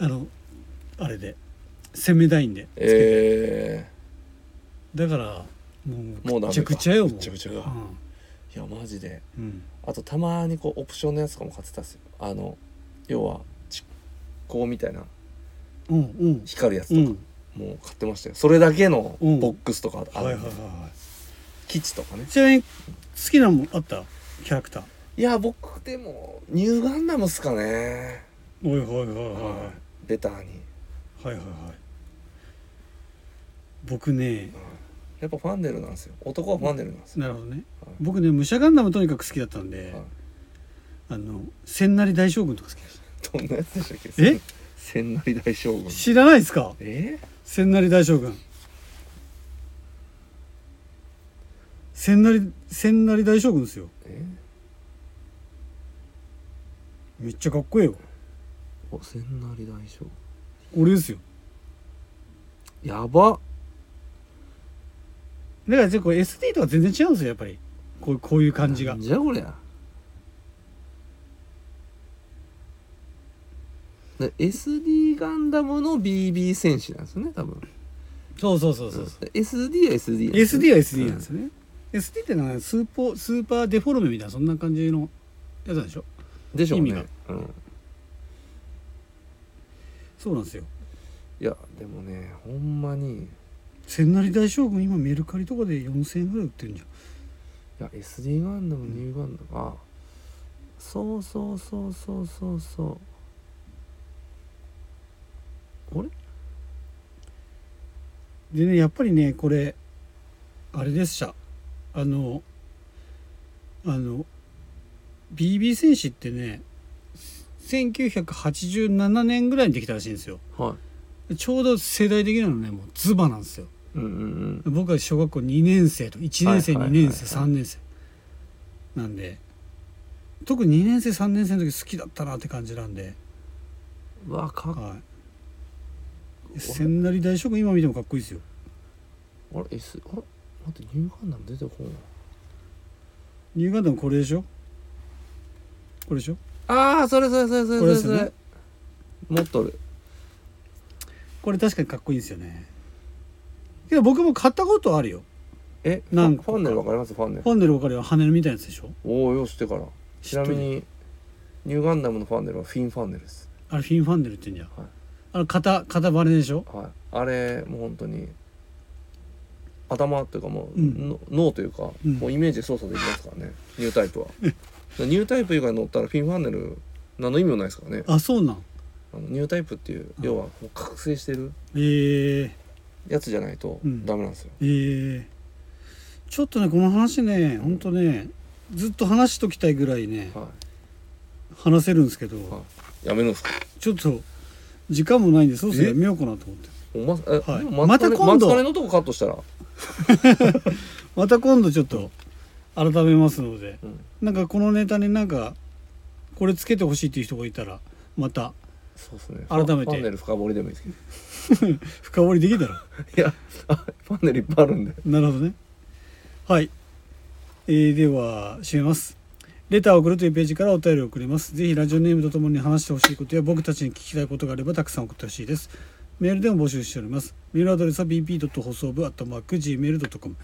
[SPEAKER 1] あのあれで攻めダインで、
[SPEAKER 2] え
[SPEAKER 1] だから
[SPEAKER 2] えー、
[SPEAKER 1] も
[SPEAKER 2] もう
[SPEAKER 1] うぐっ
[SPEAKER 2] ダメか
[SPEAKER 1] ちゃぐちゃよもう
[SPEAKER 2] ぐっちゃぐちゃだいやマジで
[SPEAKER 1] うん、うん
[SPEAKER 2] あとたまにこうオプションのやつとかも買ってたっすよあの要は蓄光みたいな
[SPEAKER 1] うんうん
[SPEAKER 2] 光るやつ
[SPEAKER 1] う
[SPEAKER 2] とか、
[SPEAKER 1] ん
[SPEAKER 2] もう買ってましたよそれだけの
[SPEAKER 1] うん
[SPEAKER 2] ボックスとかあ
[SPEAKER 1] はいはい
[SPEAKER 2] る
[SPEAKER 1] はい
[SPEAKER 2] んで
[SPEAKER 1] は
[SPEAKER 2] 基地とかね
[SPEAKER 1] いちなみに好きなもんあったキャラクター
[SPEAKER 2] いや僕でもニューガンダムっすかね
[SPEAKER 1] おいはいはいはい
[SPEAKER 2] はいベターに
[SPEAKER 1] はいはいはい僕ね
[SPEAKER 2] やっぱファンデルなんですよ男はファンデルなんですよ、
[SPEAKER 1] なるほどね
[SPEAKER 2] はい
[SPEAKER 1] 僕ね武者ガンダムとにかく好きだったんで、
[SPEAKER 2] はい
[SPEAKER 1] あの千成大将軍とか好きでし
[SPEAKER 2] どんなやつでしたっけ
[SPEAKER 1] え
[SPEAKER 2] 千成大将軍
[SPEAKER 1] た知らないですか
[SPEAKER 2] え
[SPEAKER 1] 千成大将軍千成千成大将軍ですよ
[SPEAKER 2] え
[SPEAKER 1] めっちゃかっこええよ
[SPEAKER 2] お千成大将
[SPEAKER 1] 俺ですよ
[SPEAKER 2] やば
[SPEAKER 1] だからじゃあこれ SD とは全然違うんですよやっぱりこうこういう感じが
[SPEAKER 2] なんじゃこりゃで SD ガンダムの BB 戦士なんですよね多分
[SPEAKER 1] そうそうそうそう、
[SPEAKER 2] で SD は SD なんですよね
[SPEAKER 1] SD は SD なんですよね、SD ってなんかスーポスーパーデフォルメみたいなそんな感じのやつなんでしょ
[SPEAKER 2] うんでしょうね
[SPEAKER 1] 意味
[SPEAKER 2] うん、
[SPEAKER 1] そうなんですよ
[SPEAKER 2] いやでもねほんまにい
[SPEAKER 1] 千成大将軍今メルカリとかで4000円ぐらい売ってるんじゃん
[SPEAKER 2] や SD ガンダムニューガンダムあそうそうそうそうそうそうあれ
[SPEAKER 1] でねやっぱりねこれあれでしたあのあの BB 戦士ってね1987年ぐらいにできたらしいんですよ
[SPEAKER 2] はい
[SPEAKER 1] ちょうど世代的なのねもうズバなんですよ
[SPEAKER 2] うんうん
[SPEAKER 1] 僕は小学校2年生と1年生
[SPEAKER 2] はい
[SPEAKER 1] 2
[SPEAKER 2] はいはいはい
[SPEAKER 1] 年生3年生なんで特に2年生3年生の時好きだったなって感じなんで
[SPEAKER 2] うんうわかっ
[SPEAKER 1] はい千成大将軍今見てもかっこいいですよ
[SPEAKER 2] あれ S あれ待ってニューガンダム出てこない
[SPEAKER 1] ニューガンダムこれでしょこれでしょ
[SPEAKER 2] ああそれそれそれそれ
[SPEAKER 1] こ
[SPEAKER 2] そ
[SPEAKER 1] れ
[SPEAKER 2] れ
[SPEAKER 1] です
[SPEAKER 2] そ
[SPEAKER 1] よね
[SPEAKER 2] れ、持っとる
[SPEAKER 1] これ確かにかっこいいんですよねけど僕も買ったことあるよ
[SPEAKER 2] え
[SPEAKER 1] なんか
[SPEAKER 2] ファンネルわかりますファンネル
[SPEAKER 1] ファンネルわかるよ羽みたいなやつでしょ
[SPEAKER 2] おおよしてからちなみ
[SPEAKER 1] 知っとる
[SPEAKER 2] にニューガンダムのファンネルはフィンファンネルです
[SPEAKER 1] あれフィンファンネルって言うんじゃん、
[SPEAKER 2] はい
[SPEAKER 1] あの肩肩バネでしょ
[SPEAKER 2] はいあれもう本当に頭っていうかも
[SPEAKER 1] う
[SPEAKER 2] う、
[SPEAKER 1] ん
[SPEAKER 2] の脳というか、
[SPEAKER 1] うん
[SPEAKER 2] もうイメージで操作できますからねニュータイプはニュータイプ以外乗ったらフィンファンネル何の意味もないですからね
[SPEAKER 1] あそうなん
[SPEAKER 2] あのニュータイプっていう要はもう覚醒してる
[SPEAKER 1] えー、
[SPEAKER 2] やつじゃないと
[SPEAKER 1] うん
[SPEAKER 2] ダメなんですよ、
[SPEAKER 1] えー、ちょっとねこの話ねほんとねずっと話しときたいぐらいね
[SPEAKER 2] は
[SPEAKER 1] 話せるんですけど、
[SPEAKER 2] いやめるんですか
[SPEAKER 1] ちょっと時間もないんでそろそろ
[SPEAKER 2] え
[SPEAKER 1] やめようかなと思って
[SPEAKER 2] おまえ、
[SPEAKER 1] はい
[SPEAKER 2] でも松金
[SPEAKER 1] また今度
[SPEAKER 2] 松金のとこカットしたら
[SPEAKER 1] また今度ちょっと改めますので
[SPEAKER 2] うん
[SPEAKER 1] なんかこのネタになんかこれつけてほしいっていう人がいたらまた
[SPEAKER 2] そうですね
[SPEAKER 1] 改めて
[SPEAKER 2] ファファンネル深掘りでもいいですけ
[SPEAKER 1] 深掘りできたら
[SPEAKER 2] どい *laughs* やあファンネルいっぱいあるんで
[SPEAKER 1] なるほどねはい、えーでは締めますレターを送るというページからお便りを送れますぜひラジオネームとともに話してほしいことや僕たちに聞きたいことがあればたくさん送ってほしいですメールでも募集しておりますメールアドレスは bp. 放送部 .gmail.com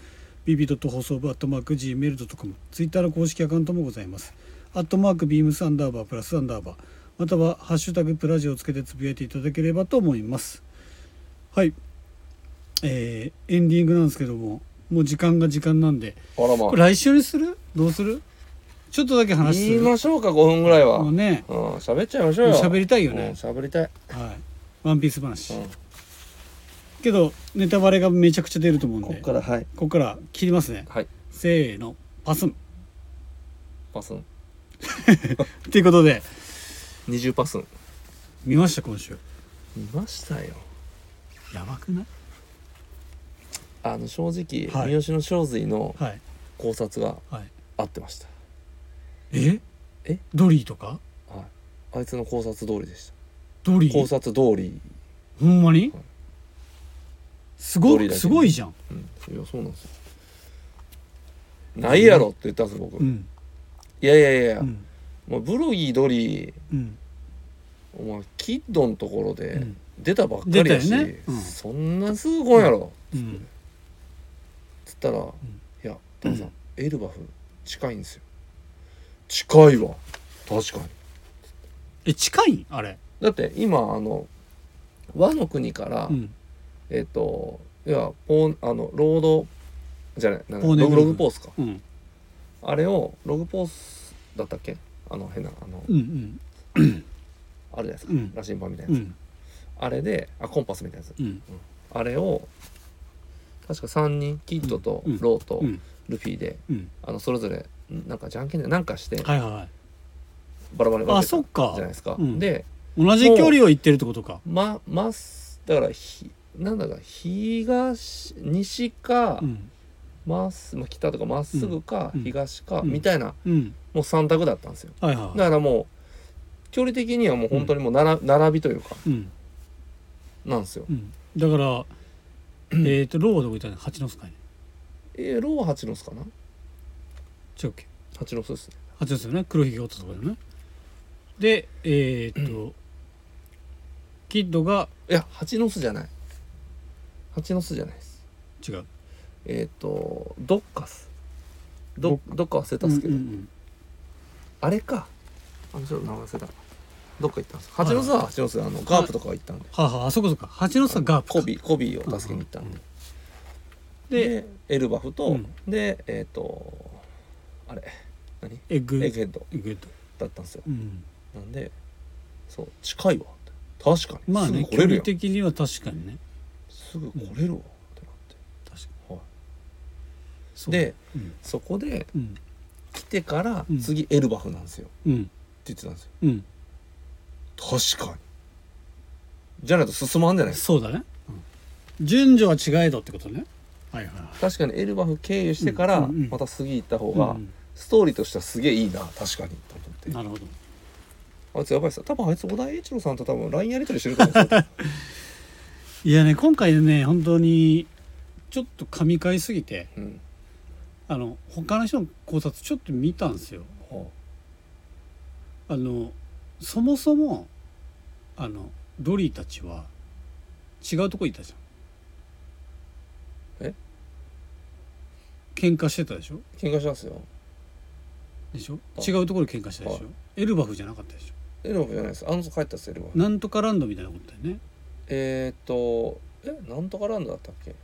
[SPEAKER 1] ビビドット放送部アットマーク Gmail.com ツイッターの公式アカウントもございますアットマークビームスアンダーバープラスアンダーバーまたはハッシュタグプラジオをつけてつぶやいていただければと思いますはいえー、エンディングなんですけどももう時間が時間なんで
[SPEAKER 2] あらま
[SPEAKER 1] これ来週にするどうするちょっとだけ話す
[SPEAKER 2] 言い
[SPEAKER 1] る
[SPEAKER 2] ましょうか5分ぐらいは、
[SPEAKER 1] もう
[SPEAKER 2] うん
[SPEAKER 1] ね
[SPEAKER 2] 喋っちゃいましょうよ
[SPEAKER 1] 喋りたいよ
[SPEAKER 2] うん
[SPEAKER 1] ね、
[SPEAKER 2] 喋りたい、
[SPEAKER 1] はいワンピース話、
[SPEAKER 2] うん
[SPEAKER 1] けどネタバレがめちゃくちゃ出ると思うんで
[SPEAKER 2] こっからはい
[SPEAKER 1] ここから切りますね
[SPEAKER 2] はい
[SPEAKER 1] せーのパスン
[SPEAKER 2] パスン
[SPEAKER 1] ということで
[SPEAKER 2] 20パスン
[SPEAKER 1] 見ました今週
[SPEAKER 2] 見ましたよ
[SPEAKER 1] やばくない
[SPEAKER 2] あの正直、
[SPEAKER 1] はい
[SPEAKER 2] 三好の正髄の
[SPEAKER 1] はい
[SPEAKER 2] 考察が
[SPEAKER 1] はい
[SPEAKER 2] 合ってました、
[SPEAKER 1] え
[SPEAKER 2] え
[SPEAKER 1] ドリーとか
[SPEAKER 2] はい、あいつの考察通りでし
[SPEAKER 1] ドリ
[SPEAKER 2] た考
[SPEAKER 1] ー
[SPEAKER 2] 察通り、
[SPEAKER 1] ほんまにすご
[SPEAKER 2] ドリー
[SPEAKER 1] い
[SPEAKER 2] だけ
[SPEAKER 1] すごいじゃん
[SPEAKER 2] うん、いやそうなんですよないやろって言ったんです僕、
[SPEAKER 1] う
[SPEAKER 2] い
[SPEAKER 1] ん
[SPEAKER 2] やいやいや、
[SPEAKER 1] うん
[SPEAKER 2] もうブルギードリー
[SPEAKER 1] うん
[SPEAKER 2] お前キッドのところで
[SPEAKER 1] うん
[SPEAKER 2] 出たばっかりやし、
[SPEAKER 1] 出たよねうん
[SPEAKER 2] そんなすぐ来んやろ、
[SPEAKER 1] うん
[SPEAKER 2] つったら、いや旦那さん、
[SPEAKER 1] うん
[SPEAKER 2] エルバフ近いんですよ近いわ確かに
[SPEAKER 1] え近いんあれ
[SPEAKER 2] だって今あの和の国から、
[SPEAKER 1] うん
[SPEAKER 2] えっ、といやポーンあのロードじゃないなんだ
[SPEAKER 1] ポーネ
[SPEAKER 2] ロ
[SPEAKER 1] グル
[SPEAKER 2] グ
[SPEAKER 1] ー
[SPEAKER 2] ロ
[SPEAKER 1] プ
[SPEAKER 2] グポースか
[SPEAKER 1] うん
[SPEAKER 2] あれをログポースだったっけあの変なあの、
[SPEAKER 1] うんうん
[SPEAKER 2] あるじゃないですか、
[SPEAKER 1] うん
[SPEAKER 2] 羅針盤みたいな
[SPEAKER 1] う
[SPEAKER 2] やつ、
[SPEAKER 1] ん
[SPEAKER 2] あれであコンパスみたいなやつ
[SPEAKER 1] うん
[SPEAKER 2] あれを確か3人キッドと
[SPEAKER 1] うん
[SPEAKER 2] ローと
[SPEAKER 1] うん
[SPEAKER 2] ルフィで、
[SPEAKER 1] うん
[SPEAKER 2] あのそれぞれなんかじゃんけんでなんかして
[SPEAKER 1] はいはいはい
[SPEAKER 2] バラバラに
[SPEAKER 1] あ
[SPEAKER 2] 分け
[SPEAKER 1] そ
[SPEAKER 2] た
[SPEAKER 1] っか
[SPEAKER 2] じゃないですか、
[SPEAKER 1] うん
[SPEAKER 2] で
[SPEAKER 1] 同じ距離を行ってるってことか
[SPEAKER 2] まますだからひなんだか東西か、
[SPEAKER 1] うん
[SPEAKER 2] ますまあ、北とかまっすぐか、
[SPEAKER 1] うん
[SPEAKER 2] 東か、
[SPEAKER 1] うん
[SPEAKER 2] みたいな
[SPEAKER 1] うん
[SPEAKER 2] もう3択だったんですよ
[SPEAKER 1] はいはい
[SPEAKER 2] だ
[SPEAKER 1] は
[SPEAKER 2] からもう距離的にはもう本当にもうなら、並びというか
[SPEAKER 1] いうん
[SPEAKER 2] なんですよ
[SPEAKER 1] うんだ
[SPEAKER 2] *clears throat*
[SPEAKER 1] からえっとローはどこ行ったの八の巣かいね
[SPEAKER 2] えー、ローは八の巣かな
[SPEAKER 1] 違うっけ
[SPEAKER 2] 八の巣ですね
[SPEAKER 1] あっちですよね黒ひげおったところよねでえーっと、キッドが
[SPEAKER 2] いや八の巣じゃない八の巣じゃないです
[SPEAKER 1] 違う
[SPEAKER 2] えっ、とドッカスどどっか忘れたんですけど、
[SPEAKER 1] うんうん
[SPEAKER 2] あれかあのちょっと名前忘れたどっか行ったんです八の巣は八の巣であのガープとかは行ったんで
[SPEAKER 1] はあ、はあ、あそこそこ蜂の巣がガープ
[SPEAKER 2] コ
[SPEAKER 1] か
[SPEAKER 2] ビーコビーを助けに行ったんで、
[SPEAKER 1] で
[SPEAKER 2] でエルバフと、
[SPEAKER 1] うん
[SPEAKER 2] でえっ、とあれ何
[SPEAKER 1] エッグ
[SPEAKER 2] エッグヘッド
[SPEAKER 1] エッグヘッド
[SPEAKER 2] だったんですよ
[SPEAKER 1] うん
[SPEAKER 2] なんでそう近いわって確かに、
[SPEAKER 1] まあね
[SPEAKER 2] すぐ
[SPEAKER 1] 距
[SPEAKER 2] 来れる
[SPEAKER 1] 離
[SPEAKER 2] やん
[SPEAKER 1] 的には確かにね
[SPEAKER 2] すぐ来れるわってなって、
[SPEAKER 1] 確か
[SPEAKER 2] はい
[SPEAKER 1] そう
[SPEAKER 2] で
[SPEAKER 1] うん
[SPEAKER 2] そこで
[SPEAKER 1] うん
[SPEAKER 2] 来てから
[SPEAKER 1] うん
[SPEAKER 2] 次エルバフなんですよっ
[SPEAKER 1] うん
[SPEAKER 2] て言ってたんですよ
[SPEAKER 1] うん
[SPEAKER 2] 確かにじゃないと進まんじゃないですか
[SPEAKER 1] そうだね、うん順序は違えどってことねはいはいはい
[SPEAKER 2] 確かにエルバフ経由してか
[SPEAKER 1] う
[SPEAKER 2] ら
[SPEAKER 1] んうんうん
[SPEAKER 2] また次行った方
[SPEAKER 1] う
[SPEAKER 2] が
[SPEAKER 1] ん
[SPEAKER 2] ストーリーとしてはすげえいいな確かにと思って
[SPEAKER 1] なるほど
[SPEAKER 2] あいつやばいっすよ多分あいつ小田栄一郎さんと多分 LINE やり取りしてると思うんですよ
[SPEAKER 1] いやね今回ね本当にちょっと噛み替えすぎて
[SPEAKER 2] うん
[SPEAKER 1] あの他の人の考察ちょっと見たんですよ
[SPEAKER 2] は
[SPEAKER 1] あのそもそもあのドリーたちは違うとこいたじゃん
[SPEAKER 2] え
[SPEAKER 1] 喧嘩してたでしょ
[SPEAKER 2] あ喧嘩しますよ
[SPEAKER 1] でしょ
[SPEAKER 2] あ
[SPEAKER 1] 違うところで喧嘩したでしょ
[SPEAKER 2] は
[SPEAKER 1] エルバフじゃなかったでし
[SPEAKER 2] エルバフじゃないですあの人帰ったっすエルバ
[SPEAKER 1] ょ
[SPEAKER 2] フ
[SPEAKER 1] なんとかランドみたいなことだよね
[SPEAKER 2] えーっとえなんとかランドだったっけ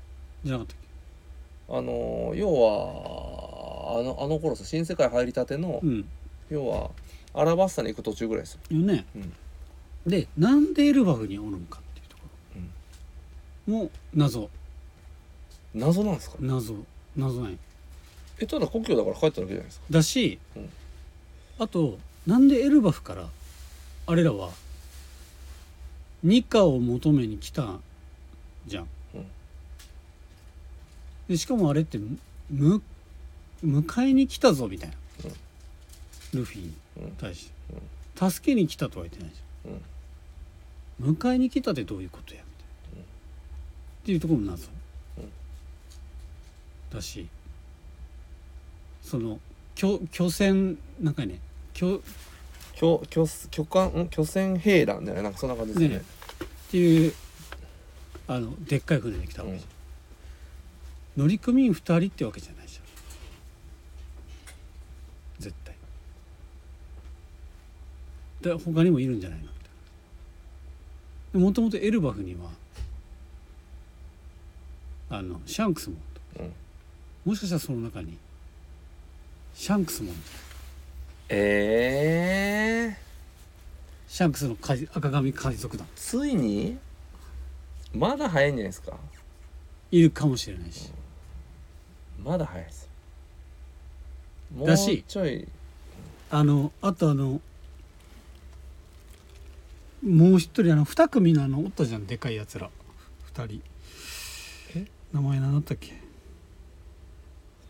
[SPEAKER 1] じゃなかったっ
[SPEAKER 2] あの要はあのあの頃です新世界入りたての
[SPEAKER 1] けうん
[SPEAKER 2] 要はアラバスタに行く途中ぐらいですよ
[SPEAKER 1] よね、
[SPEAKER 2] うん
[SPEAKER 1] でなんでエルバフにおるのかっていうところも謎
[SPEAKER 2] 謎なんですか
[SPEAKER 1] 謎謎ない
[SPEAKER 2] えただ故郷だから帰っただけじゃないですか
[SPEAKER 1] だし、
[SPEAKER 2] うん
[SPEAKER 1] あとなんでエルバフからあれらはニカを求めに来たじゃん、
[SPEAKER 2] うん
[SPEAKER 1] でしかもあれってむむ迎えに来たぞみたいな、ルフィに対して、助けに来たとは言ってないじゃん、迎えに来たってどういうことやみたいな、っていうところも謎、だしその巨巨船なんかね巨っ
[SPEAKER 2] 巨巨巨艦ん巨船兵団じゃないなんかそんな感じですよね
[SPEAKER 1] ねていうあのでっかい船で来たわけじゃん、乗組員2人ってわけじゃないじゃん絶対で他にもいるんじゃないのみたいなもともとエルバフにはあのシャンクスもおった、もしかしたらその中にシャンクスもおった
[SPEAKER 2] ええ
[SPEAKER 1] シャンクスの海赤髪海賊団
[SPEAKER 2] ついにまだ早いんじゃないですか
[SPEAKER 1] いるかもしれないし
[SPEAKER 2] まだ早いですも
[SPEAKER 1] だし
[SPEAKER 2] ちょい
[SPEAKER 1] あのあとあのもう一人あの二組のあのおったじゃんでかいやつら二人
[SPEAKER 2] え
[SPEAKER 1] 名前何だったっけ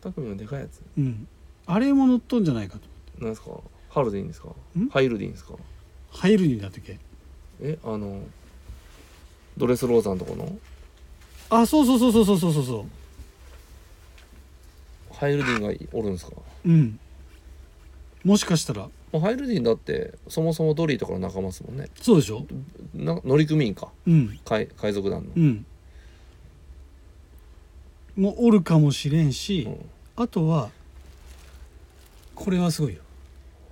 [SPEAKER 2] 2組のでかいやつ
[SPEAKER 1] うんあれも乗っとんじゃないかと
[SPEAKER 2] なんですかハルでいいんですか
[SPEAKER 1] ん
[SPEAKER 2] ハイルでいいんですか
[SPEAKER 1] 入るにだったっけ
[SPEAKER 2] えあのドレスローザンとこの
[SPEAKER 1] あそうそうそうそうそうそうそうそ
[SPEAKER 2] ハイルディンがいおるんですか
[SPEAKER 1] ううんもしかしたら
[SPEAKER 2] もうハイルディンだってそもそもドリーとかの仲間ですもんね
[SPEAKER 1] そうでしょ
[SPEAKER 2] な乗組員か
[SPEAKER 1] うん
[SPEAKER 2] 海海賊団の
[SPEAKER 1] うんもうおるかもしれんし、
[SPEAKER 2] うん
[SPEAKER 1] あとはこれはすごいよ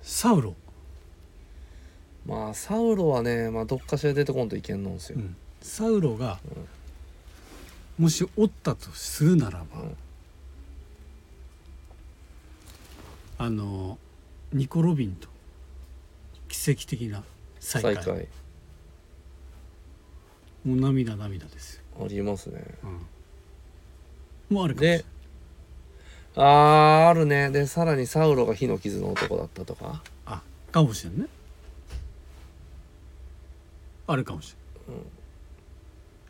[SPEAKER 1] サウロ、
[SPEAKER 2] まあサウロはね、まあ、どっかしら出てこんといけんのんすよ、
[SPEAKER 1] うんサウロが、もしおったとするならば、
[SPEAKER 2] うん
[SPEAKER 1] あのニコ・ロビンと奇跡的な再
[SPEAKER 2] 再
[SPEAKER 1] 会
[SPEAKER 2] 会
[SPEAKER 1] もう涙涙ですよ、
[SPEAKER 2] ありますね
[SPEAKER 1] もうあるかもしれない
[SPEAKER 2] であーあるねでさらにサウロが火の傷の男だったとか
[SPEAKER 1] あかもしれんねあるかもしれん、
[SPEAKER 2] うん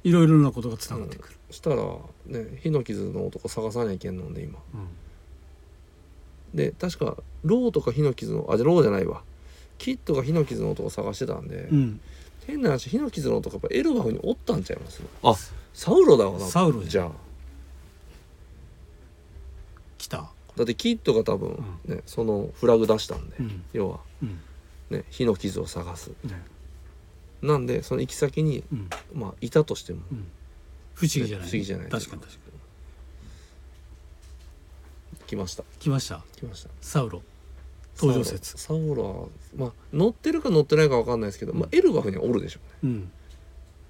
[SPEAKER 1] いろいろなことがつながってくる、
[SPEAKER 2] したらね火の傷の男探さなきゃいけんのんで今
[SPEAKER 1] うん
[SPEAKER 2] で確かローとか火の傷のあじゃローじゃないわキッドが火の傷の男探してたんで、
[SPEAKER 1] うん
[SPEAKER 2] 変な話火の傷の男やっぱエルバフにおったんちゃいます
[SPEAKER 1] あ
[SPEAKER 2] サウロだわな
[SPEAKER 1] サウロ
[SPEAKER 2] じ
[SPEAKER 1] じ
[SPEAKER 2] ゃあ
[SPEAKER 1] 来た、
[SPEAKER 2] だってキッドが多分ね、そのフラグ出したんで、
[SPEAKER 1] うん
[SPEAKER 2] 要は
[SPEAKER 1] うん
[SPEAKER 2] ね火の傷を探す
[SPEAKER 1] ね
[SPEAKER 2] なんでその行き先に
[SPEAKER 1] うん、
[SPEAKER 2] まあいたとしても
[SPEAKER 1] 不思議じゃない
[SPEAKER 2] 不思議じゃない
[SPEAKER 1] 確かに確かに
[SPEAKER 2] 来ました
[SPEAKER 1] 来ました
[SPEAKER 2] 来ました
[SPEAKER 1] サウロ登場説
[SPEAKER 2] サウロサウロはまあ乗ってるか乗ってないかわかんないですけど、まあ、エルバフにはおるでしょ
[SPEAKER 1] うん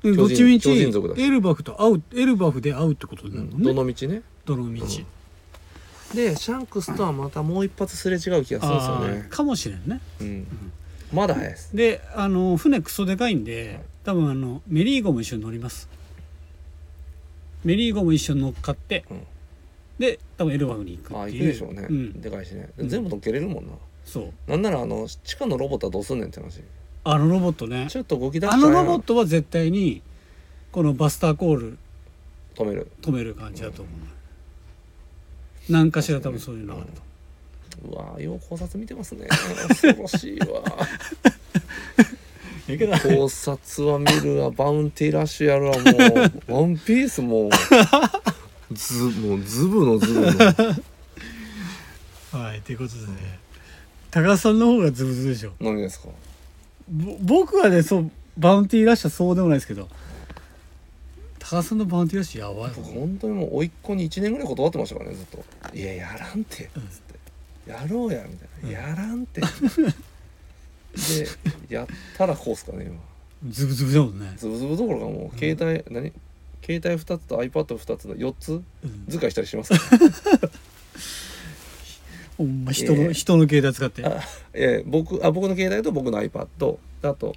[SPEAKER 1] でどっちみち
[SPEAKER 2] 超人族だし
[SPEAKER 1] エルバフと会うエルバフで会うってことに
[SPEAKER 2] う
[SPEAKER 1] な
[SPEAKER 2] ね、
[SPEAKER 1] る
[SPEAKER 2] う
[SPEAKER 1] の
[SPEAKER 2] ん、ど
[SPEAKER 1] ね、
[SPEAKER 2] の道ね
[SPEAKER 1] どの道、
[SPEAKER 2] うんでシャンクスとはまたもう一発すれ違う気がするんです
[SPEAKER 1] あ
[SPEAKER 2] よ
[SPEAKER 1] あ
[SPEAKER 2] ね
[SPEAKER 1] ー、かもしれんね
[SPEAKER 2] うん、まだ早いです
[SPEAKER 1] であの船クソでかいんで多分あのメリーゴも一緒に乗りますメリーゴも一緒に乗っかって、
[SPEAKER 2] うん
[SPEAKER 1] で多分エルバフに行く
[SPEAKER 2] あ
[SPEAKER 1] っ
[SPEAKER 2] あ
[SPEAKER 1] てい
[SPEAKER 2] 行く
[SPEAKER 1] う
[SPEAKER 2] でしょうね、
[SPEAKER 1] ん、
[SPEAKER 2] でかいしね
[SPEAKER 1] うん
[SPEAKER 2] 全部乗っけれるもんな、
[SPEAKER 1] そう
[SPEAKER 2] なんならあの地下のロボットはどうすんねんって話
[SPEAKER 1] あのロボットね
[SPEAKER 2] ちょっと動き出し
[SPEAKER 1] あ
[SPEAKER 2] たら
[SPEAKER 1] のロボットは絶対にこのバスターコール
[SPEAKER 2] 止める
[SPEAKER 1] 止める感じだと思う、何かしら多分そういうのがあると、
[SPEAKER 2] うわーよう考察見てますね恐ろしい
[SPEAKER 1] *laughs*
[SPEAKER 2] わ
[SPEAKER 1] ええけど
[SPEAKER 2] 考察は見る
[SPEAKER 1] *laughs*
[SPEAKER 2] わバウンティーラッシュやるわもうワンピースもうずもうズブのズブの
[SPEAKER 1] はいということでね高田さんの方がズブズブでしょ
[SPEAKER 2] 何ですか
[SPEAKER 1] ぼ僕はねそうバウンティーラッシュはそうでもないですけど高田さんのバウンティーラッシュやばい
[SPEAKER 2] 僕
[SPEAKER 1] 方
[SPEAKER 2] 本当にもう甥っ子に1年ぐらい断ってましたからねずっと「いややらんて」
[SPEAKER 1] うん
[SPEAKER 2] つって「やろうや」みたいな「やらんて」でやったらこうっすかね今。
[SPEAKER 1] ズブズブだもんね、
[SPEAKER 2] ズブズブどころかもう携帯、何携帯2つと iPad2 つの4つ
[SPEAKER 1] うん
[SPEAKER 2] 使いしたりしますか
[SPEAKER 1] ほんま人の、
[SPEAKER 2] ええ
[SPEAKER 1] 人の携帯使って
[SPEAKER 2] らあええ僕あ僕の携帯と僕の iPad あと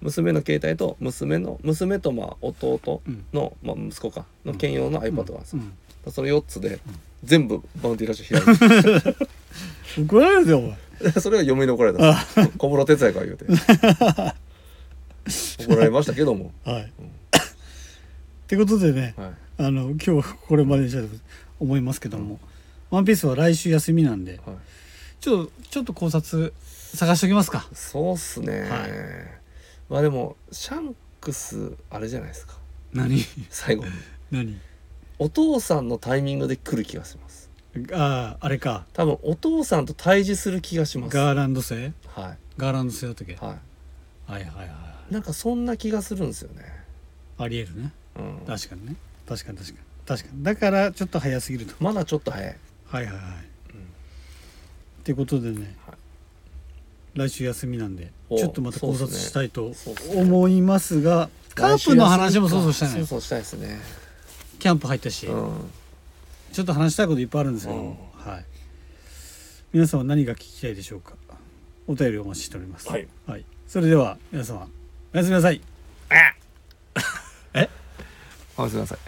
[SPEAKER 2] 娘の携帯と娘の娘とまあ弟の、まあ、息子かの兼用の iPad があるんです
[SPEAKER 1] う
[SPEAKER 2] よ、
[SPEAKER 1] ん
[SPEAKER 2] その4つで全部バウンティーラッシュ開い
[SPEAKER 1] 怒られるぞお前 *laughs*
[SPEAKER 2] てそれは嫁に怒られたんですよ小室哲哉が言うて
[SPEAKER 1] *laughs*
[SPEAKER 2] 怒られましたけども、
[SPEAKER 1] はい、ってことでね
[SPEAKER 2] はい、
[SPEAKER 1] あの今日はこれまでにしたいと思いますけども、ワンピースは来週休みなんで
[SPEAKER 2] はい
[SPEAKER 1] ちょっとちょっと考察探しておきますか
[SPEAKER 2] そうっすね、
[SPEAKER 1] はい
[SPEAKER 2] まあでもシャンクスあれじゃないですか
[SPEAKER 1] 何
[SPEAKER 2] 最後に
[SPEAKER 1] 何
[SPEAKER 2] お父さんのタイミングで来る気がします
[SPEAKER 1] あああれか
[SPEAKER 2] 多分お父さんと対峙する気がします
[SPEAKER 1] ガーランド製
[SPEAKER 2] は
[SPEAKER 1] ガーランド製だったっけ
[SPEAKER 2] い
[SPEAKER 1] はい
[SPEAKER 2] は
[SPEAKER 1] はいはい
[SPEAKER 2] いなんかそんな気がするんですよね
[SPEAKER 1] ありえるね
[SPEAKER 2] うん
[SPEAKER 1] 確かにね確かに確かに確かにだからちょっと早すぎると
[SPEAKER 2] まだちょっと早い
[SPEAKER 1] はいはいはい、ってことでね、来週休みなんで
[SPEAKER 2] お
[SPEAKER 1] ちょっとまた考
[SPEAKER 2] そう
[SPEAKER 1] 察
[SPEAKER 2] っすね
[SPEAKER 1] したいと
[SPEAKER 2] そうっすね
[SPEAKER 1] 思いますがカープの話もそうそうしたい
[SPEAKER 2] そう
[SPEAKER 1] ね
[SPEAKER 2] そうしたいですね
[SPEAKER 1] キャンプ入ったし、
[SPEAKER 2] うん
[SPEAKER 1] ちょっと話したいこといっぱいあるんですけども、はい、皆さんは何が聞きたいでしょうかお便りお待ちしております、
[SPEAKER 2] はい
[SPEAKER 1] それでは皆様おやすみなさい
[SPEAKER 2] あすいません